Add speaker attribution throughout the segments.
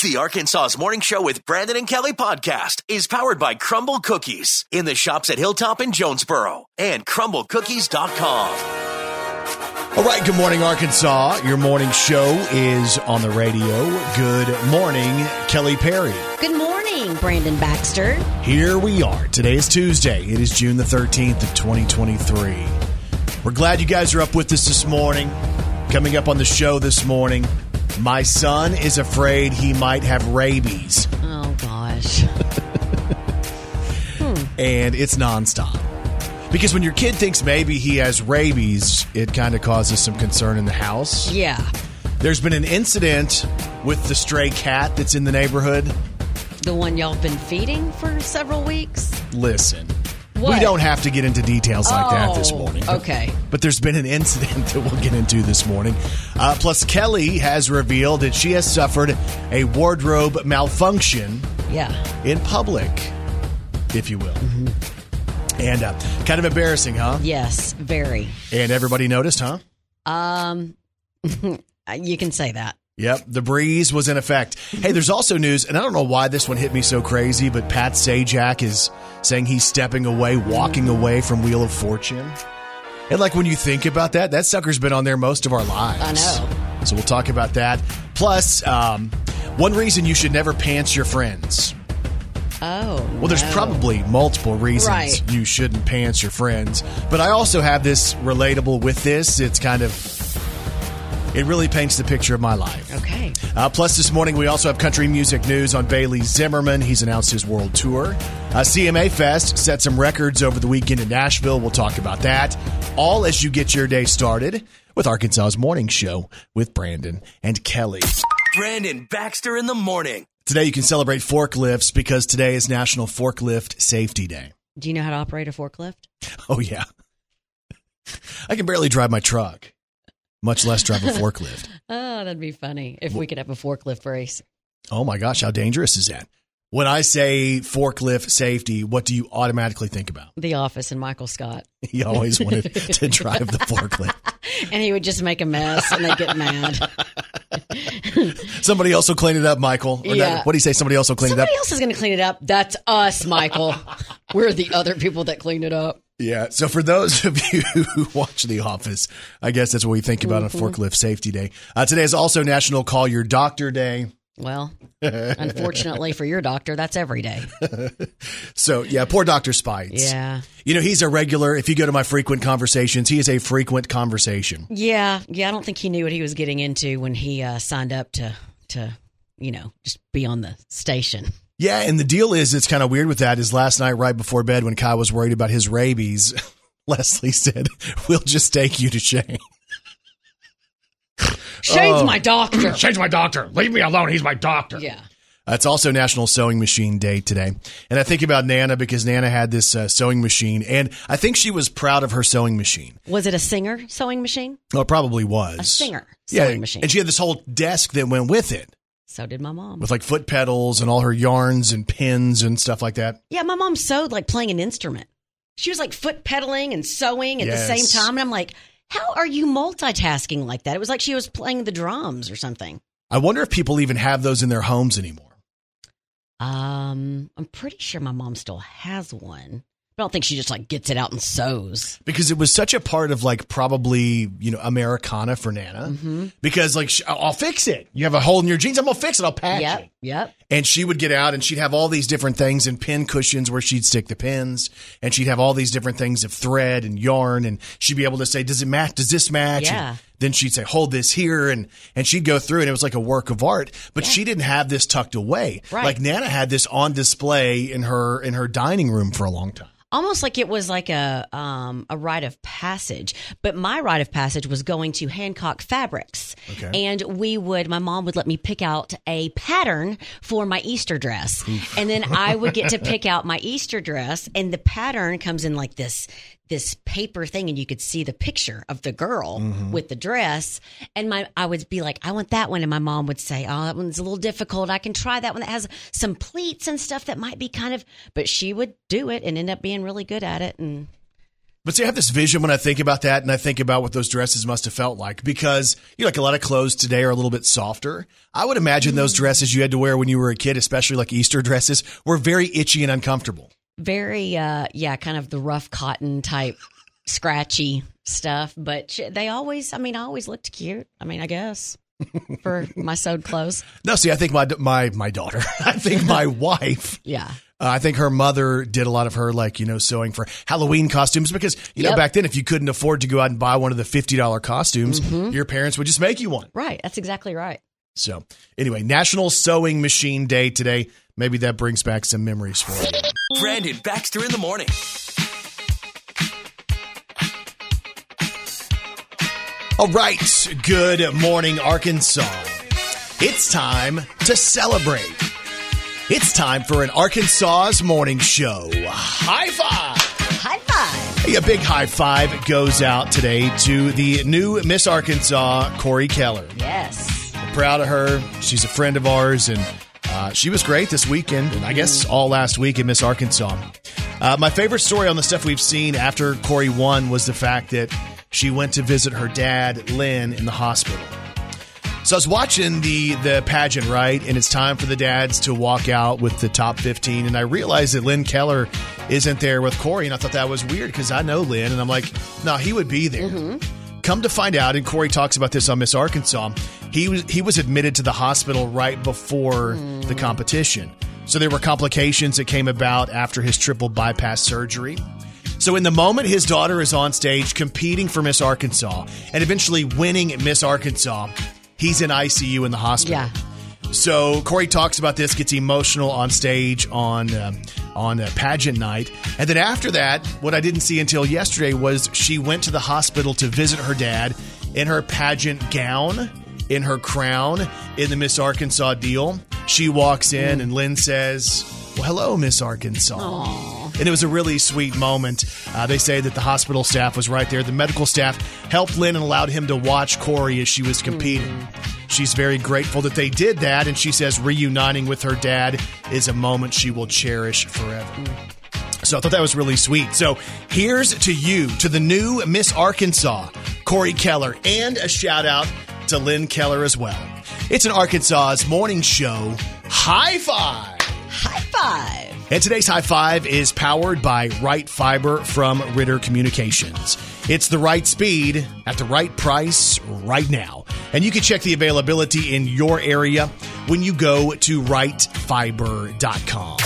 Speaker 1: The Arkansas's Morning Show with Brandon and Kelly podcast is powered by Crumble Cookies in the shops at Hilltop and Jonesboro and crumblecookies.com.
Speaker 2: All right, good morning, Arkansas. Your morning show is on the radio. Good morning, Kelly Perry.
Speaker 3: Good morning, Brandon Baxter.
Speaker 2: Here we are. Today is Tuesday. It is June the 13th of 2023. We're glad you guys are up with us this morning. Coming up on the show this morning, my son is afraid he might have rabies,
Speaker 3: Oh gosh.
Speaker 2: and it's nonstop. Because when your kid thinks maybe he has rabies, it kind of causes some concern in the house.
Speaker 3: Yeah.
Speaker 2: There's been an incident with the stray cat that's in the neighborhood.
Speaker 3: The one y'all been feeding for several weeks?
Speaker 2: Listen, we
Speaker 3: What?
Speaker 2: don't have to get into details like that this
Speaker 3: Oh,
Speaker 2: morning.
Speaker 3: okay.
Speaker 2: But there's been an incident that we'll get into this morning. Uh, plus, Kelly has revealed that she has suffered a wardrobe malfunction
Speaker 3: Yeah.
Speaker 2: in public, if you will.
Speaker 3: Mm-hmm.
Speaker 2: And uh, kind of embarrassing, huh?
Speaker 3: Yes, very.
Speaker 2: And everybody noticed, huh?
Speaker 3: Um you can say that.
Speaker 2: Yep, the breeze was in effect. Hey, there's also news, and I don't know why this one hit me so crazy, but Pat Sajak is saying he's stepping away, walking away from Wheel of Fortune. And like when you think about that, that sucker's been on there most of our lives.
Speaker 3: I know.
Speaker 2: So we'll talk about that. Plus, um, one reason you should never pants your friends.
Speaker 3: Oh.
Speaker 2: Well, there's probably multiple reasons
Speaker 3: Right.
Speaker 2: you shouldn't pants your friends, but I also have this relatable with this. It's kind of, it really paints the picture of my life.
Speaker 3: Okay.
Speaker 2: Uh, plus, this morning we also have country music news on Bailey Zimmerman. He's announced his world tour. Uh, CMA Fest set some records over the weekend in Nashville. We'll talk about that. All as you get your day started with Arkansas's Morning Show with Brandon and Kelly.
Speaker 1: Brandon Baxter in the morning.
Speaker 2: Today you can celebrate forklifts because today is National Forklift Safety Day.
Speaker 3: Do you know how to operate a forklift?
Speaker 2: Oh, yeah. I can barely drive my truck, much less drive a forklift.
Speaker 3: Oh, that'd be funny if we could have a forklift race.
Speaker 2: Oh my gosh, how dangerous is that? When I say forklift safety, what do you automatically think about?
Speaker 3: The Office and Michael Scott.
Speaker 2: He always wanted to drive the forklift.
Speaker 3: And he would just make a mess and they'd get mad.
Speaker 2: Somebody else will clean it up, Michael. Or
Speaker 3: Yeah.
Speaker 2: what do you say? Somebody else will clean
Speaker 3: Somebody
Speaker 2: it up.
Speaker 3: else is going to clean it up. That's us, Michael. We're the other people that cleaned it up.
Speaker 2: Yeah. So for those of you who watch The Office, I guess that's what we think about on
Speaker 3: Mm-hmm.
Speaker 2: Forklift Safety Day. Uh, today is also National Call Your Doctor Day.
Speaker 3: Well, unfortunately for your doctor, that's every day.
Speaker 2: So yeah, poor Doctor Spites.
Speaker 3: Yeah.
Speaker 2: You know he's a regular. If you go to my frequent conversations, he is a frequent conversation.
Speaker 3: Yeah. Yeah. I don't think he knew what he was getting into when he uh, signed up to, to, you know, just be on the station.
Speaker 2: Yeah, and the deal is it's kind of weird with that is last night right before bed when Kai was worried about his rabies, Leslie said, "We'll just take you to Shane."
Speaker 3: Shane's my doctor.
Speaker 4: Change Oh. my doctor. Leave me alone. He's my doctor.
Speaker 3: yeah.
Speaker 2: Uh, It's also National Sewing Machine Day today. And I think about Nana because Nana had this uh, sewing machine and I think she was proud of her sewing machine.
Speaker 3: Was it a singer sewing machine?
Speaker 2: Well, it probably was.
Speaker 3: A singer
Speaker 2: Yeah,
Speaker 3: sewing machine.
Speaker 2: And she had this whole desk that went with it
Speaker 3: so did my mom.
Speaker 2: with like foot pedals and all her yarns and pins and stuff like that.
Speaker 3: Yeah. My mom sewed like playing an instrument. She was like foot pedaling and sewing at
Speaker 2: Yes.
Speaker 3: the same time. And I'm like, how are you multitasking like that? It was like she was playing the drums or something.
Speaker 2: I wonder if people even have those in their homes anymore.
Speaker 3: Um, I'm pretty sure my mom still has one. I don't think she just like gets it out and sews.
Speaker 2: because it was such a part of like probably you know Americana for Nana
Speaker 3: Mm-hmm.
Speaker 2: because like sh- I'll fix it. You have a hole in your jeans. I'm gonna fix it. I'll patch
Speaker 3: Yep,
Speaker 2: it.
Speaker 3: yep.
Speaker 2: And she would get out and she'd have all these different things and pin cushions where she'd stick the pins and she'd have all these different things of thread and yarn and she'd be able to say, does it match? Does this match? And
Speaker 3: Yeah.
Speaker 2: then she'd say, hold this here. And, and she'd go through and it was like a work of art, but she didn't have this tucked away.
Speaker 3: Right.
Speaker 2: Like Nana had this on display in her, in her dining room for a long time.
Speaker 3: Almost like it was like a um a rite of passage. But my rite of passage was going to Hancock Fabrics.
Speaker 2: Okay.
Speaker 3: And we would my mom would let me pick out a pattern for my Easter dress. And then I would get to pick out my Easter dress and the pattern comes in like this this paper thing and you could see the picture of the girl with the dress and my I would be like I want that one and my mom would say oh that one's a little difficult I can try that one that has some pleats and stuff that might be kind of but she would do it and end up being really good at it and
Speaker 2: But see, I have this vision when I think about that and I think about what those dresses must have felt like because, you know, like a lot of clothes today are a little bit softer. I would imagine those dresses you had to wear when you were a kid, especially like Easter dresses, were very itchy and uncomfortable.
Speaker 3: Very, uh, yeah, kind of the rough cotton type, scratchy stuff. But sh- they always, I mean, I always looked cute. I mean, I guess for my sewed clothes.
Speaker 2: No, see, I think my, my, my daughter, I think my wife,
Speaker 3: Yeah.
Speaker 2: uh, I think her mother did a lot of her like, you know, sewing for Halloween costumes because, you know,
Speaker 3: Yep.
Speaker 2: back then, if you couldn't afford to go out and buy one of the $50 costumes, your parents would just make you one.
Speaker 3: Right. That's exactly right.
Speaker 2: So, anyway, National Sewing Machine Day today. Maybe that brings back some memories for you.
Speaker 1: Brandon Baxter in the morning.
Speaker 2: All right. Good morning, Arkansas. It's time to celebrate. It's time for an Arkansas's morning show. High five.
Speaker 3: High five.
Speaker 2: Hey, a big high five goes out today to the new Miss Arkansas, Corey Keller.
Speaker 3: Yes.
Speaker 2: proud of her. She's a friend of ours, and uh, she was great this weekend, and I guess all last week in Miss Arkansas. Uh, my favorite story on the stuff we've seen after Corey won was the fact that she went to visit her dad, Lynn, in the hospital. So I was watching the the pageant, right? And it's time for the dads to walk out with the top 15. And I realized that Lynn Keller isn't there with Corey. And I thought that was weird because I know Lynn. And I'm like, no, he would be there. Come to find out, and Corey talks about this on Miss Arkansas, he was, he was admitted to the hospital right before the competition. So there were complications that came about after his triple bypass surgery. So, in the moment his daughter is on stage competing for Miss Arkansas and eventually winning Miss Arkansas, he's in ICU in the hospital.
Speaker 3: Yeah.
Speaker 2: So Corey talks about this, gets emotional on stage on um, on uh, pageant night, and then after that, what I didn't see until yesterday was she went to the hospital to visit her dad in her pageant gown, in her crown, in the Miss Arkansas deal. She walks in, and Lynn says, "Well, hello, Miss Arkansas." And it was a really sweet moment. Uh, they say that the hospital staff was right there. The medical staff helped Lynn and allowed him to watch Corey as she was competing. She's very grateful that they did that, and she says reuniting with her dad is a moment she will cherish forever. So I thought that was really sweet. So here's to you, to the new Miss Arkansas, Corey Keller, and a shout out to Lynn Keller as well. It's an Arkansas's morning show. High five!
Speaker 3: High five.
Speaker 2: And today's high five is powered by Right Fiber from Ritter Communications. It's the right speed at the right price right now. And you can check the availability in your area when you go to rightfiber.com.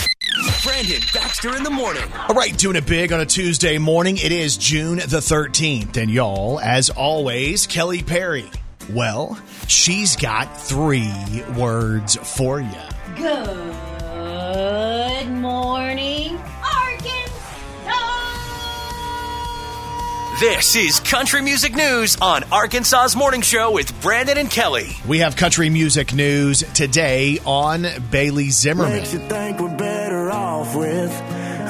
Speaker 1: Brandon Baxter in the morning.
Speaker 2: All right, doing it big on a Tuesday morning. It is June the 13th. And y'all, as always, Kelly Perry. Well, she's got three words for you.
Speaker 3: Good morning, Arkansas.
Speaker 1: This is Country Music News on Arkansas's Morning Show with Brandon and Kelly.
Speaker 2: We have country music news today on Bailey Zimmerman.
Speaker 5: Makes you think we're better off with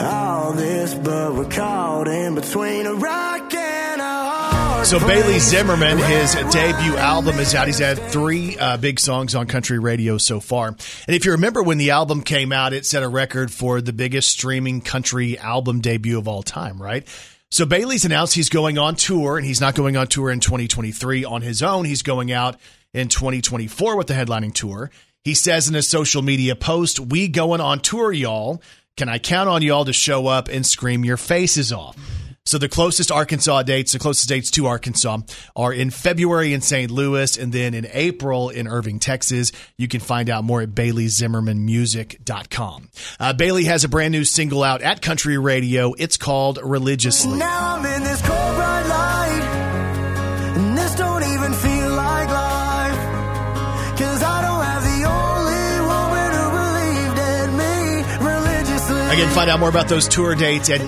Speaker 5: all this, but we're caught in between a rock and a hard
Speaker 2: So
Speaker 5: place.
Speaker 2: Bailey Zimmerman, his
Speaker 5: Right
Speaker 2: debut
Speaker 5: where
Speaker 2: album
Speaker 5: we
Speaker 2: is out. He's had three uh, big songs on country radio so far. And if you remember when the album came out, it set a record for the biggest streaming country album debut of all time, right? So Bailey's announced he's going on tour, and he's not going on tour in 2023 on his own. He's going out in 2024 with the headlining tour. He says in a social media post, "We going on tour, y'all. Can I count on y'all to show up and scream your faces off?" So the closest Arkansas dates, the closest dates to Arkansas are in February in St. Louis and then in April in Irving, Texas. You can find out more at baileyzimmermanmusic.com. Uh, Bailey has a brand new single out at Country Radio. It's called Religiously.
Speaker 5: Now I'm in this cold bright light, and this don't even feel like life. Cause I don't have the only woman who believed in me religiously.
Speaker 2: Again, find out more about those tour dates at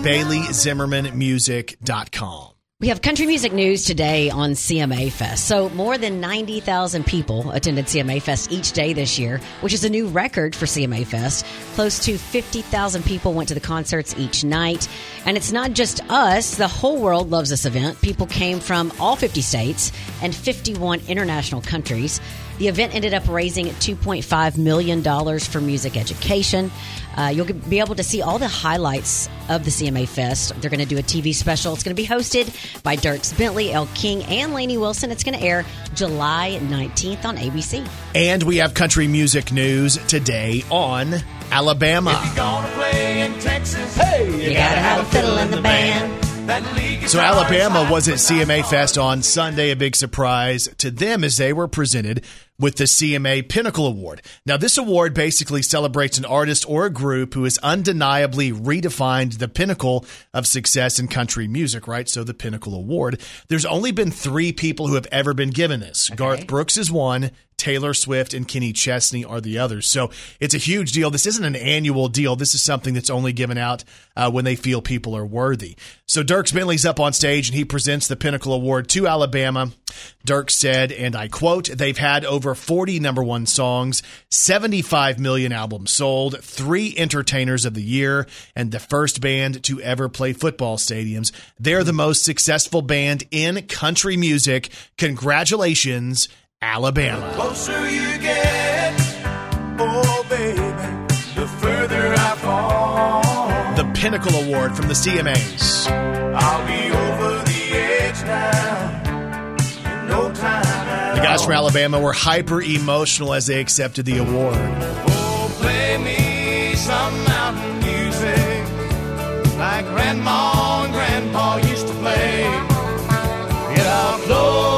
Speaker 2: baileyzimmermanmusic.com.
Speaker 3: We have country music news today on CMA Fest. So, more than 90,000 people attended CMA Fest each day this year, which is a new record for CMA Fest. Close to 50,000 people went to the concerts each night. And it's not just us, the whole world loves this event. People came from all 50 states and 51 international countries. The event ended up raising $2.5 million for music education. Uh, you'll get- be able to see all the highlights of the CMA Fest. They're going to do a TV special. It's going to be hosted by Dirks Bentley, El King, and Laney Wilson. It's going to air July 19th on ABC.
Speaker 2: And we have country music news today on Alabama.
Speaker 3: You got to have a fiddle in the band.
Speaker 2: So, Alabama was at CMA Fest on Sunday, a big surprise to them as they were presented with the CMA Pinnacle Award. Now, this award basically celebrates an artist or a group who has undeniably redefined the pinnacle of success in country music, right? So, the Pinnacle Award. There's only been three people who have ever been given this Garth Brooks is one. Taylor Swift and Kenny Chesney are the others. So it's a huge deal. This isn't an annual deal. This is something that's only given out uh, when they feel people are worthy. So Dirk Bentley's up on stage and he presents the Pinnacle Award to Alabama. Dirk said, and I quote, they've had over 40 number one songs, 75 million albums sold, three entertainers of the year, and the first band to ever play football stadiums. They're the most successful band in country music. Congratulations. Alabama.
Speaker 5: closer you get, oh baby, the further I fall.
Speaker 2: the Pinnacle Award from the CMAs.
Speaker 5: I'll be over the edge now. In no time
Speaker 2: The guys from Alabama were hyper emotional as they accepted the award.
Speaker 5: Oh, play me some mountain music like Grandma and Grandpa used to play. And I'll float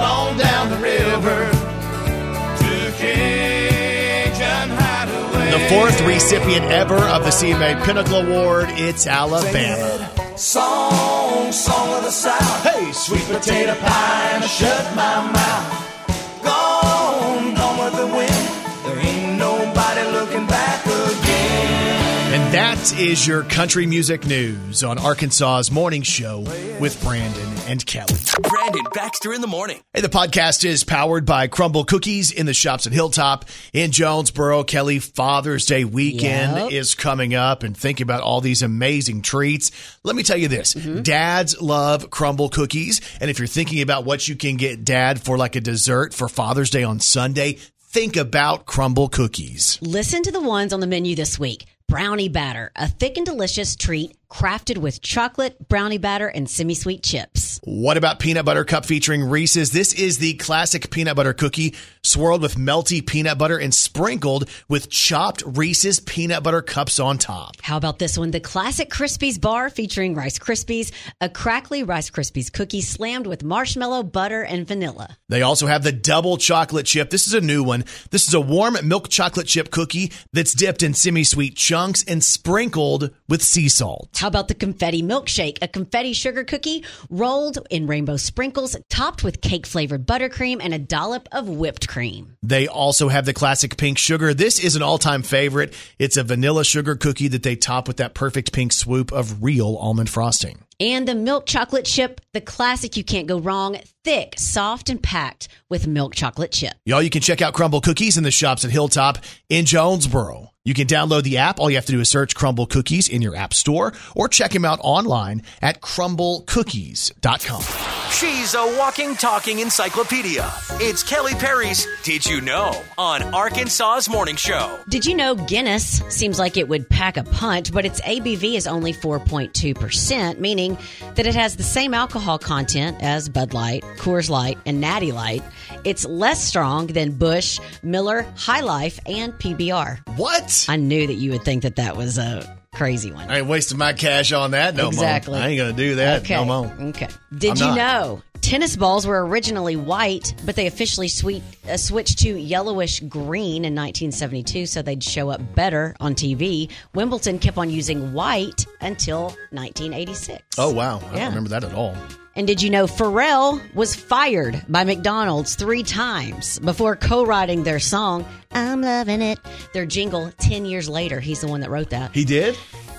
Speaker 5: on down the river to Cajun Hideaway.
Speaker 2: The fourth recipient ever of the CMA Pinnacle Award, it's Alabama.
Speaker 5: Song, song of the South. Hey, sweet potato pie, and I shut my mouth. Gone, gone with the wind. There ain't nobody looking back again.
Speaker 2: And that is your country music news on Arkansas's morning show with Brandon and Kelly.
Speaker 1: Brandon Baxter in the morning.
Speaker 2: Hey, the podcast is powered by Crumble Cookies in the shops at Hilltop in Jonesboro. Kelly, Father's Day weekend
Speaker 3: Yep.
Speaker 2: is coming up, and think about all these amazing treats. Let me tell you this dads love Crumble Cookies. And if you're thinking about what you can get dad for like a dessert for Father's Day on Sunday, think about Crumble Cookies.
Speaker 3: Listen to the ones on the menu this week. Brownie batter, a thick and delicious treat crafted with chocolate, brownie batter, and semi-sweet chips.
Speaker 2: What about peanut butter cup featuring Reese's? This is the classic peanut butter cookie swirled with melty peanut butter and sprinkled with chopped Reese's peanut butter cups on top.
Speaker 3: How about this one? The classic Krispies bar featuring Rice Krispies, a crackly Rice Krispies cookie slammed with marshmallow, butter, and vanilla.
Speaker 2: They also have the double chocolate chip. This is a new one. This is a warm milk chocolate chip cookie that's dipped in semi sweet chunks and sprinkled with sea salt.
Speaker 3: How about the confetti milkshake, a confetti sugar cookie rolled in rainbow sprinkles, topped with cake flavored buttercream and a dollop of whipped cream?
Speaker 2: They also have the classic pink sugar. This is an all time favorite. It's a vanilla sugar cookie that they top with that perfect pink swoop of real almond frosting.
Speaker 3: And the milk chocolate chip, the classic you can't go wrong, thick, soft, and packed with milk chocolate chip.
Speaker 2: Y'all, you can check out Crumble Cookies in the shops at Hilltop in Jonesboro. You can download the app. All you have to do is search Crumble Cookies in your app store or check them out online at crumblecookies.com.
Speaker 1: She's a walking, talking encyclopedia. It's Kelly Perry's Did You Know on Arkansas's Morning Show.
Speaker 3: Did you know Guinness seems like it would pack a punch, but its ABV is only 4.2%, meaning that it has the same alcohol content as Bud Light, Coors Light, and Natty Light. It's less strong than Bush, Miller, High Life, and PBR.
Speaker 2: What?
Speaker 3: I knew that you would think that that was a crazy one.
Speaker 2: I ain't wasting my cash on that no
Speaker 3: Exactly.
Speaker 2: more. I ain't gonna do that
Speaker 3: Okay.
Speaker 2: no more.
Speaker 3: Okay. Did
Speaker 2: I'm
Speaker 3: you
Speaker 2: not.
Speaker 3: know tennis balls were originally white, but they officially sweet, uh, switched to yellowish green in 1972 so they'd show up better on TV. Wimbledon kept on using white until 1986.
Speaker 2: Oh wow, I
Speaker 3: Yeah.
Speaker 2: don't remember that at all.
Speaker 3: And did you know Pharrell was fired by McDonald's three times before co-writing their song "I'm Loving It," their jingle. Ten years later, he's the one that wrote that.
Speaker 2: He did?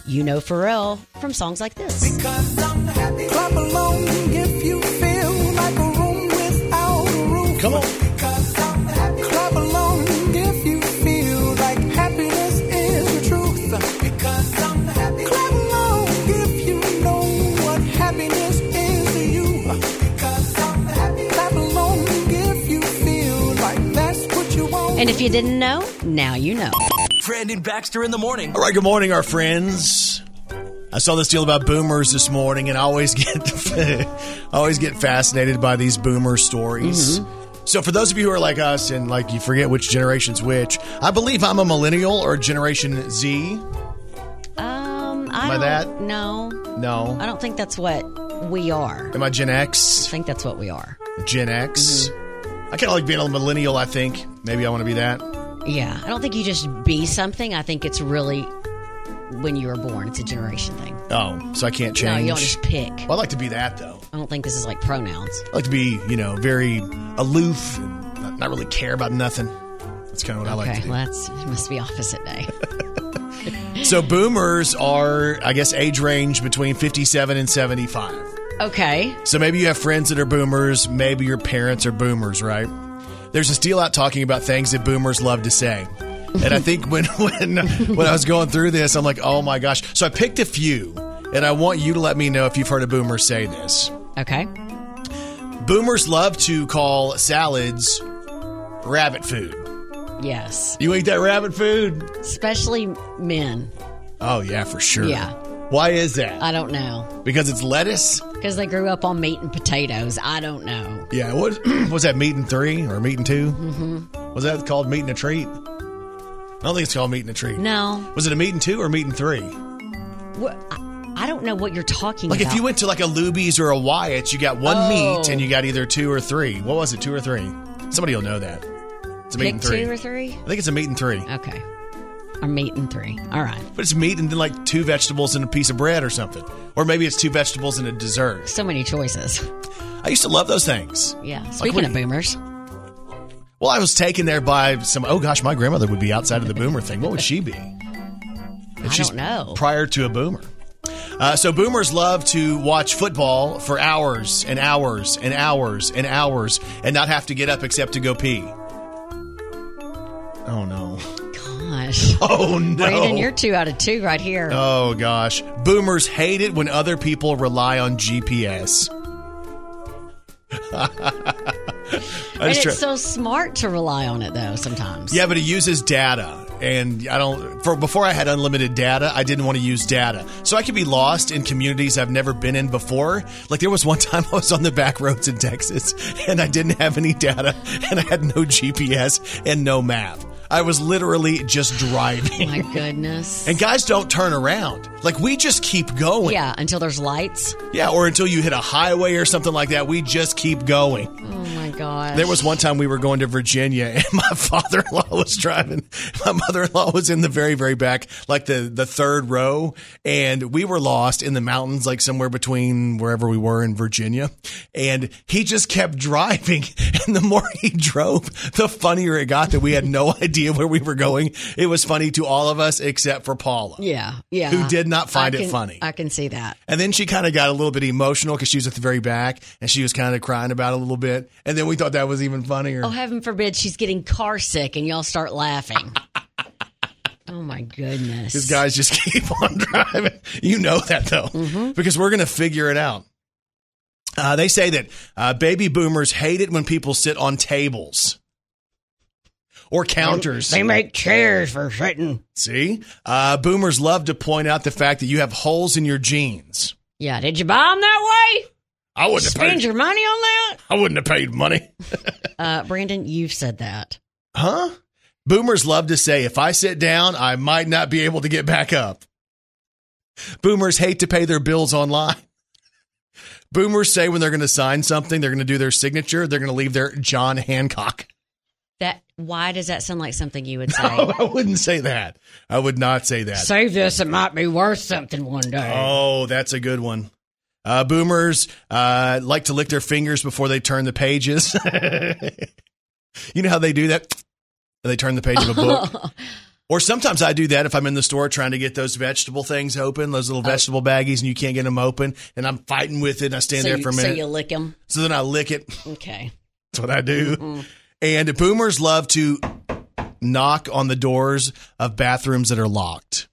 Speaker 3: You know Pharrell from songs like this.
Speaker 5: Clap along if you feel like a room without a roof.
Speaker 2: Come on.
Speaker 5: Clap along if you feel like happiness is the truth. Because I'm happy. Clap along if you know what happiness is to you. Because I'm happy. Clap along if you feel like that.
Speaker 3: you didn't know, now you know.
Speaker 1: Brandon Baxter in the morning.
Speaker 2: All right, good morning, our friends. I saw this deal about boomers this morning, and I always get I always get fascinated by these boomer stories.
Speaker 3: Mm-hmm.
Speaker 2: So, for those of you who are like us and like you forget which generation's which, I believe I'm a millennial or Generation Z.
Speaker 3: Um, I
Speaker 2: By
Speaker 3: don't,
Speaker 2: that?
Speaker 3: No,
Speaker 2: No,
Speaker 3: I don't think that's what we are. I
Speaker 2: am I Gen X?
Speaker 3: think that's what we are.
Speaker 2: Gen X.
Speaker 3: Mm-hmm.
Speaker 2: I kind of like being a millennial. I think maybe I want to be that.
Speaker 3: Yeah, I don't think you just be something. I think it's really when you were born. It's a generation thing.
Speaker 2: Oh, so I can't
Speaker 3: No,
Speaker 2: change.
Speaker 3: you don't just pick.
Speaker 2: well, I like to be that though.
Speaker 3: I don't think this is like pronouns.
Speaker 2: I like to be, you know, very aloof and not, not really care about nothing. That's kind of what I like
Speaker 3: okay,
Speaker 2: to do.
Speaker 3: well, that's it must be opposite day.
Speaker 2: So boomers are, I guess, age range between 57 and 75.
Speaker 3: okay,
Speaker 2: So maybe you have friends that are boomers. Maybe your parents are boomers, right? There's a steal out talking about things that boomers love to say. And I think when, when, when I was going through this, I'm like, oh my gosh. So I picked a few, and I want you to let me know if you've heard a boomer say this.
Speaker 3: okay.
Speaker 2: Boomers love to call salads rabbit food.
Speaker 3: Yes,
Speaker 2: You eat that rabbit food?
Speaker 3: especially men.
Speaker 2: Oh, yeah, for sure.
Speaker 3: Yeah.
Speaker 2: Why is that?
Speaker 3: I don't know
Speaker 2: Because it's lettuce?
Speaker 3: because they grew up on meat and potatoes. I don't know.
Speaker 2: Yeah, what was that meat and three or meat and 2 Mm-hmm. Was that called meat and a treat? I don't think it's called meat and a treat.
Speaker 3: No,
Speaker 2: Was it a meat and two or meat and three?
Speaker 3: What- I, I don't know what you're talking
Speaker 2: Like
Speaker 3: about.
Speaker 2: if you went to like a Luby's or a Wyatt's, you got one
Speaker 3: Oh.
Speaker 2: meat and you got either two or three. What was it? Two or three? Somebody will know that. It's a meat
Speaker 3: pick
Speaker 2: and three.
Speaker 3: two or Oh. three,
Speaker 2: I think it's a meat and three,
Speaker 3: okay, or meat and three. All right.
Speaker 2: but it's meat and then like two vegetables and a piece of bread or something, or maybe it's two vegetables and a dessert.
Speaker 3: So many choices.
Speaker 2: I used to love those things.
Speaker 3: Yeah. Speaking
Speaker 2: what-
Speaker 3: of boomers,
Speaker 2: Well, I was taken there by some. Oh gosh, my grandmother would be outside of the boomer thing. What would she be?
Speaker 3: I
Speaker 2: She's
Speaker 3: don't know.
Speaker 2: Prior to a boomer. Uh, so boomers love to watch football for hours and hours and hours and hours and not have to get up except to go pee. Oh no.
Speaker 3: Gosh.
Speaker 2: Oh no.
Speaker 3: Brandon, you're two out of two right here.
Speaker 2: oh gosh. Boomers hate it when other people rely on GPS. I
Speaker 3: and
Speaker 2: just
Speaker 3: it's
Speaker 2: try-
Speaker 3: so smart to rely on it though sometimes.
Speaker 2: Yeah, but it uses data, and I don't. For before I had unlimited data, I didn't want to use data, so I could be lost in communities I've never been in before. Like there was one time I was on the back roads in Texas, and I didn't have any data, and I had no GPS and no map. I was literally just driving.
Speaker 3: Oh, My goodness.
Speaker 2: And guys don't turn around. Like we just keep going.
Speaker 3: yeah, until there's lights.
Speaker 2: Yeah, or until you hit a highway or something like that, we just keep going.
Speaker 3: Oh my gosh.
Speaker 2: There was one time we were going to Virginia, and my father-in-law was driving. My mother-in-law was in the very, very back, like the the third row, and we were lost in the mountains, like somewhere between wherever we were in Virginia. And he just kept driving, and the more he drove, the funnier it got that we had no idea where we were going. It was funny to all of us except for Paula.
Speaker 3: Yeah, yeah.
Speaker 2: Who did not find
Speaker 3: I
Speaker 2: it
Speaker 3: can-
Speaker 2: funny.
Speaker 3: I can see that.
Speaker 2: And then she kind of got a little bit emotional because she was at the very back and she was kind of crying about it a little bit. And then we thought that was even funnier.
Speaker 3: Oh, heaven forbid she's getting car sick and y'all start laughing. oh my goodness.
Speaker 2: These guys just keep on driving. You know that though, because we're going to figure it out. Uh, they say that uh, baby boomers hate it when people sit on tables or counters.
Speaker 6: They make chairs for sitting.
Speaker 2: See, uh, boomers love to point out the fact that you have holes in your jeans.
Speaker 3: Yeah, did you buy them that way?
Speaker 2: I wouldn't have
Speaker 3: Spend
Speaker 2: paid.
Speaker 3: your money on that?
Speaker 2: I wouldn't have paid money,
Speaker 3: Uh, Brandon, you've said that.
Speaker 2: huh? Boomers love to say, "If I sit down, I might not be able to get back up." Boomers hate to pay their bills online. Boomers say when they're going to sign something, they're going to do their signature, they're going to leave their John Hancock.
Speaker 3: That why does that sound like something you would say?
Speaker 2: Oh, I wouldn't say that. I would not say that.
Speaker 6: Save this, it might be worth something one day.
Speaker 2: Oh, that's a good one. Uh, boomers uh, like to lick their fingers before they turn the pages. you know how they do that? They turn the page of a book. or sometimes I do that if I'm in the store trying to get those vegetable things open, those
Speaker 3: Oh.
Speaker 2: little vegetable baggies, and you can't get them open, and I'm fighting with it, and I stand
Speaker 3: so,
Speaker 2: there
Speaker 3: you,
Speaker 2: for a
Speaker 3: so
Speaker 2: minute.
Speaker 3: you lick them.
Speaker 2: so then I lick it.
Speaker 3: Okay.
Speaker 2: That's what I do. And boomers love to knock on the doors of bathrooms that are locked.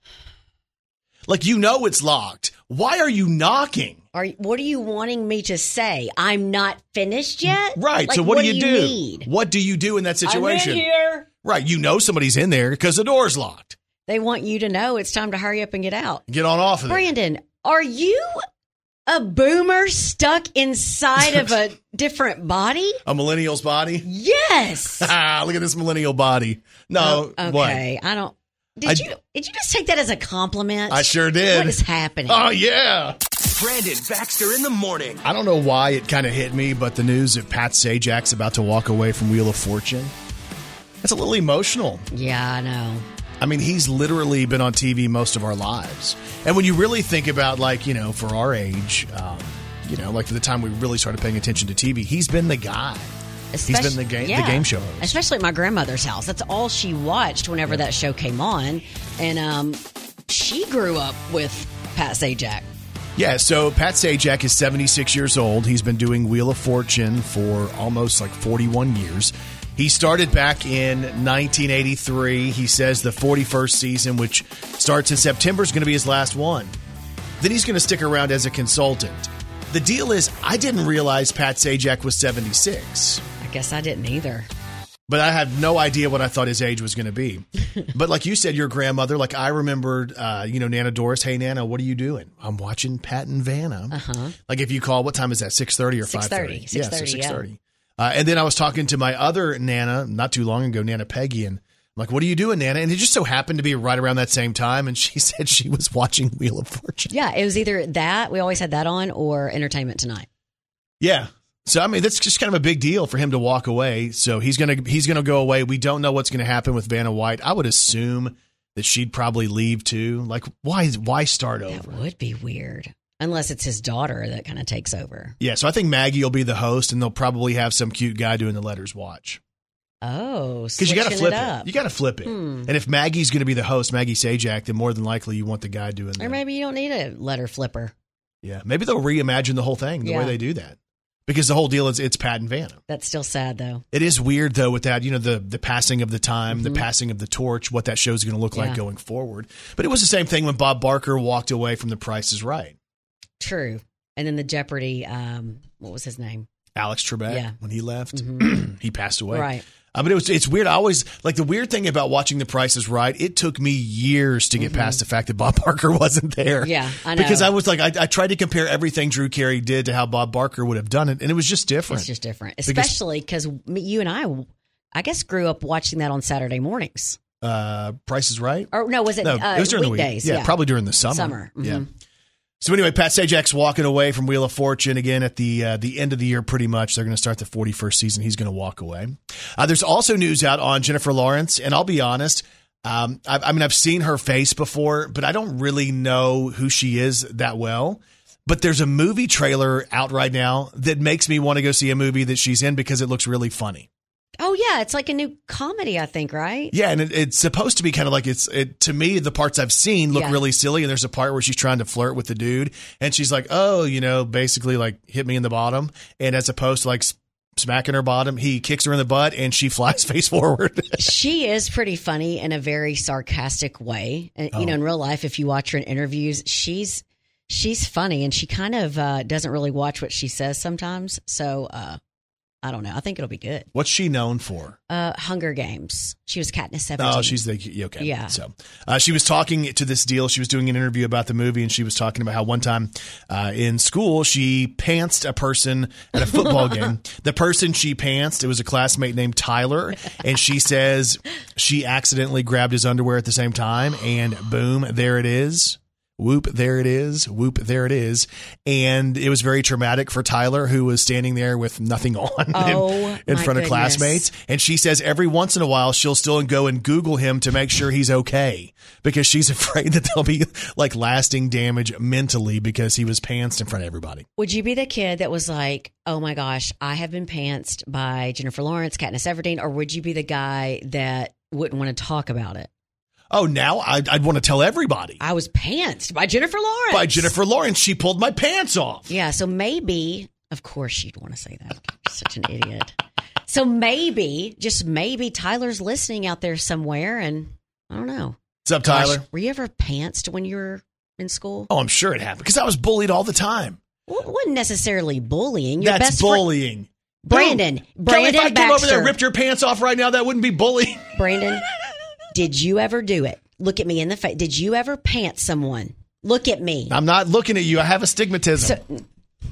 Speaker 2: Like you know it's locked. Why are you knocking?
Speaker 3: Are you- what are you wanting me to say? I'm not finished yet.
Speaker 2: Right. so
Speaker 3: Like,
Speaker 2: what, do you do?
Speaker 3: Need?
Speaker 2: What do you do in that
Speaker 3: I'm in
Speaker 2: situation?
Speaker 3: here.
Speaker 2: Right. You know somebody's in there because the door's locked.
Speaker 3: They want you to know it's time to hurry up and get out.
Speaker 2: Get on off of there.
Speaker 3: Brandon, are you a boomer stuck inside of a different body?
Speaker 2: A millennial's body.
Speaker 3: Yes.
Speaker 2: Ah, look at this millennial body. No,
Speaker 3: Oh, okay. I don't. Did
Speaker 2: I-
Speaker 3: you did you just take that as a compliment?
Speaker 2: what? I sure did.
Speaker 3: What is happening?
Speaker 2: Oh yeah.
Speaker 1: Brandon Baxter in the morning.
Speaker 2: I don't know why it kind of hit me, but the news that Pat Sajak's about to walk away from Wheel of Fortune. That's a little emotional.
Speaker 3: yeah, I know.
Speaker 2: I mean, he's literally been on TV most of our lives. And when you really think about, like, you know, for our age, um, you know, like the time we really started paying attention to TV, he's been the guy.
Speaker 3: Especially,
Speaker 2: been the game- the game show host.
Speaker 3: Especially at my grandmother's house. That's all she watched whenever that show came on, and um, she grew up with Pat Sajak.
Speaker 2: Yeah, so Pat Sajak is 76 years old. He's been doing Wheel of Fortune for almost like 41 years. He started back in 1983. He says the 41st season, which starts in September, is going to be his last one. Then he's going to stick around as a consultant. The deal is, I didn't realize Pat Sajak was 76
Speaker 3: I guess I didn't either.
Speaker 2: but I had no idea what I thought his age was going to be. but like you said, your grandmother, like I remembered, uh, you know, Nana Doris. Hey, Nana, what are you doing? I'm watching Pat and Vanna. Uh-huh. Like if you call, what time is that? Six thirty or five
Speaker 3: 6:30,
Speaker 2: thirty? Yeah, so
Speaker 3: 6:30,
Speaker 2: six
Speaker 3: yeah.
Speaker 2: thirty. Uh, and then I was talking to my other Nana not too long ago, Nana Peggy, and I'm like, "What are you doing, Nana?" And it just so happened to be right around that same time, and she said she was watching Wheel of Fortune.
Speaker 3: Yeah, it was either that we always had that on or Entertainment Tonight.
Speaker 2: Yeah. So I mean that's just kind of a big deal for him to walk away. So he's gonna he's gonna go away. We don't know what's gonna happen with Vanna White. I would assume that she'd probably leave too. Like why why start
Speaker 3: That
Speaker 2: over?
Speaker 3: would be weird, unless it's his daughter that kind of takes over.
Speaker 2: Yeah, so I think Maggie will be the host, and they'll probably have some cute guy doing the letters watch
Speaker 3: Oh,
Speaker 2: because you got to
Speaker 3: switching
Speaker 2: flip
Speaker 3: it
Speaker 2: it.
Speaker 3: up. Hmm.
Speaker 2: You got to flip it. And if Maggie's going to be the host, Maggie Sajak, then more than likely you want the guy doing.
Speaker 3: or
Speaker 2: The,
Speaker 3: maybe you don't need a letter flipper.
Speaker 2: yeah, maybe they'll reimagine the whole thing the way
Speaker 3: Yeah.
Speaker 2: they do that because the whole deal is it's Pat and Vanna.
Speaker 3: That's still sad though.
Speaker 2: It is weird though with that, you know, the the passing of the time, the passing of the torch, what that show's going to look like
Speaker 3: Mm-hmm. Yeah.
Speaker 2: going forward. But it was the same thing when Bob Barker walked away from The Price is Right.
Speaker 3: True. And then the Jeopardy. Um, what was his name?
Speaker 2: Alex Trebek
Speaker 3: Yeah. Mm-hmm.
Speaker 2: when he left, he passed away.
Speaker 3: Right.
Speaker 2: I mean, it was it's weird. I always like the weird thing about watching The Price is Right. It took me years to get past the fact that Bob Barker wasn't there.
Speaker 3: Mm-hmm. Yeah, I
Speaker 2: because
Speaker 3: know.
Speaker 2: I was like, I, I tried to compare everything Drew Carey did to how Bob Barker would have done it, and it was just different.
Speaker 3: It's just different, especially because you and I, I guess, grew up watching that on Saturday mornings.
Speaker 2: uh, Price is Right.
Speaker 3: Or no, was it?
Speaker 2: No,
Speaker 3: uh,
Speaker 2: it was during
Speaker 3: weekdays,
Speaker 2: the week. Yeah, probably during the summer.
Speaker 3: Summer, mhm.
Speaker 2: Yeah. So anyway, Pat Sajak's walking away from Wheel of Fortune again at the uh, the end of the year. Pretty much, they're going to start the 41st season. He's going to walk away. Uh, there's also news out on Jennifer Lawrence, and I'll be honest. Um, I, I mean, I've seen her face before, but I don't really know who she is that well. But there's a movie trailer out right now that makes me want to go see a movie that she's in because it looks really funny.
Speaker 3: Oh yeah, it's like a new comedy, I think. Right?
Speaker 2: Yeah, and it, it's supposed to be kind of like it's it, to me the parts I've seen look
Speaker 3: Yeah.
Speaker 2: really silly, and there's a part where she's trying to flirt with the dude, and she's like, "Oh, you know, basically like hit me in the bottom," and as opposed to like s- smacking her bottom, he kicks her in the butt, and she flies face forward.
Speaker 3: She is pretty funny in a very sarcastic way. And,
Speaker 2: Oh.
Speaker 3: You know, in real life, if you watch her in interviews, she's she's funny, and she kind of uh, doesn't really watch what she says sometimes. So uh, I don't know. I think it'll be good.
Speaker 2: What's she known for?
Speaker 3: Uh, Hunger Games. She was Katniss Everdeen.
Speaker 2: Oh, she's the yeah, okay.
Speaker 3: Yeah.
Speaker 2: So uh, she was talking to this deal. She was doing an interview about the movie, and she was talking about how one time uh, in school she pantsed a person at a football game. The person she pantsed it was a classmate named Tyler, and she says she accidentally grabbed his underwear at the same time, and boom, there it is. Whoop, there it is. Whoop, there it is. And it was very traumatic for Tyler, who was standing there with nothing on in-
Speaker 3: Oh,
Speaker 2: in,
Speaker 3: my
Speaker 2: front of
Speaker 3: goodness.
Speaker 2: classmates. And she says every once in a while, she'll still go and Google him to make sure he's okay because she's afraid that there'll be like lasting damage mentally because he was pantsed in front of everybody.
Speaker 3: Would you be the kid that was like, "Oh my gosh, I have been pantsed by Jennifer Lawrence, Katniss Everdeen," or would you be the guy that wouldn't want to talk about it?
Speaker 2: Oh, now I'd, I'd want to tell everybody.
Speaker 3: I was pantsed by Jennifer Lawrence.
Speaker 2: By Jennifer Lawrence, she pulled my pants off.
Speaker 3: Yeah, so maybe, of course, you'd want to say that. You're such an idiot. So maybe, just maybe, Tyler's listening out there somewhere, and I don't know.
Speaker 2: What's up, Tyler?
Speaker 3: Gosh, were you ever pantsed when you were in school?
Speaker 2: Oh, I'm sure it happened because I was bullied all the time.
Speaker 3: Well, it wasn't necessarily bullying. Your
Speaker 2: That's
Speaker 3: best friend-
Speaker 2: bullying.
Speaker 3: Brandon,
Speaker 2: Kelly,
Speaker 3: Brandon
Speaker 2: if I came over there
Speaker 3: Baxter.
Speaker 2: and ripped your pants off right now, that wouldn't be bullying.
Speaker 3: Brandon, did you ever do it? Look at me in the face. Did you ever pant someone? Look at me.
Speaker 2: I'm not looking at you. I have astigmatism.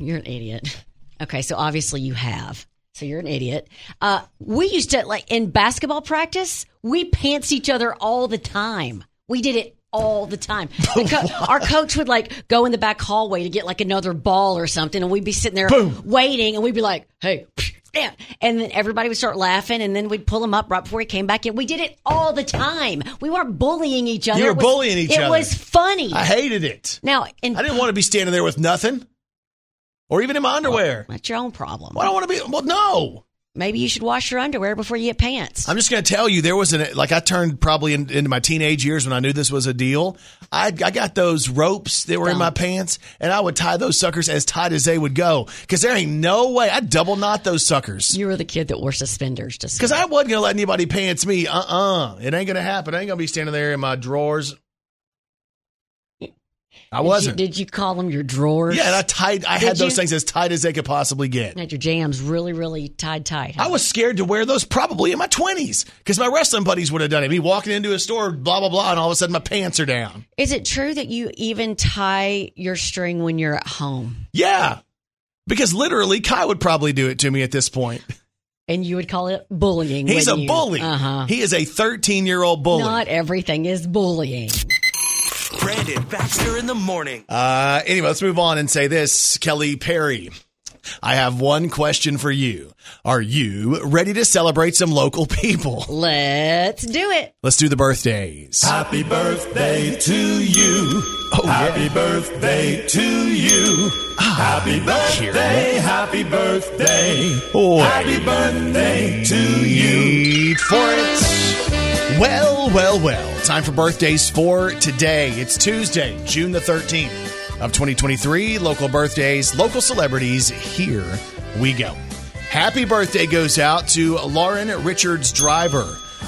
Speaker 3: You're an idiot. Okay, so obviously you have. So you're an idiot. Uh, we used to like in basketball practice, we pants each other all the time. We did it all the time. The co- our coach would like go in the back hallway to get like another ball or something, and we'd be sitting there
Speaker 2: Boom.
Speaker 3: waiting, and we'd be like, "Hey." Yeah. And then everybody would start laughing, and then we'd pull him up right before he came back in. We did it all the time. We weren't bullying each other.
Speaker 2: You were
Speaker 3: It was-
Speaker 2: bullying each
Speaker 3: It
Speaker 2: other.
Speaker 3: was funny.
Speaker 2: I hated it.
Speaker 3: now, in,
Speaker 2: I didn't want to be standing there with nothing, or even in my underwear.
Speaker 3: that's your own problem.
Speaker 2: Well, I don't want to be. Well, no.
Speaker 3: Maybe you should wash your underwear before you get pants.
Speaker 2: I'm just going to tell you, there was an like I turned probably in, into my teenage years when I knew this was a deal. I I got those ropes that were in my pants, and I would tie those suckers as tight as they would go because there ain't no way I double knot those suckers.
Speaker 3: you were the kid that wore suspenders to school.
Speaker 2: Because I wasn't gonna let anybody pants me. Uh uh It ain't gonna happen. I ain't gonna be standing there in my drawers. I wasn't.
Speaker 3: Did you, did you call them your drawers?
Speaker 2: yeah, and I tied. I
Speaker 3: Did
Speaker 2: had those
Speaker 3: you?
Speaker 2: things as tight as they could possibly get.
Speaker 3: You had your jams really, really tied tight. huh?
Speaker 2: I was scared to wear those probably in my twenties because my wrestling buddies would have done it. Me walking into a store, blah blah blah, and all of a sudden my pants are down.
Speaker 3: Is it true that you even tie your string when you're at home?
Speaker 2: Yeah, because literally Kai would probably do it to me at this point.
Speaker 3: And you would call it bullying.
Speaker 2: He's a
Speaker 3: wouldn't you?
Speaker 2: bully.
Speaker 3: Uh-huh.
Speaker 2: He is a thirteen-year-old bully.
Speaker 3: Not everything is bullying.
Speaker 1: Brandon Baxter in the morning.
Speaker 2: Uh, anyway, let's move on and say this, Kelly Perry. I have one question for you. Are you ready to celebrate some local people?
Speaker 3: Let's do it.
Speaker 2: Let's do the birthdays. Oh.
Speaker 7: Happy birthday to you. happy birthday to you. happy birthday, happy birthday.
Speaker 2: Wait
Speaker 7: Happy birthday to you.
Speaker 2: for it. Well, well, well. Time for birthdays for today. It's Tuesday, June the 13th of 2023. Local birthdays, local celebrities. Here we go. Happy birthday goes out to Lauren Richards Driver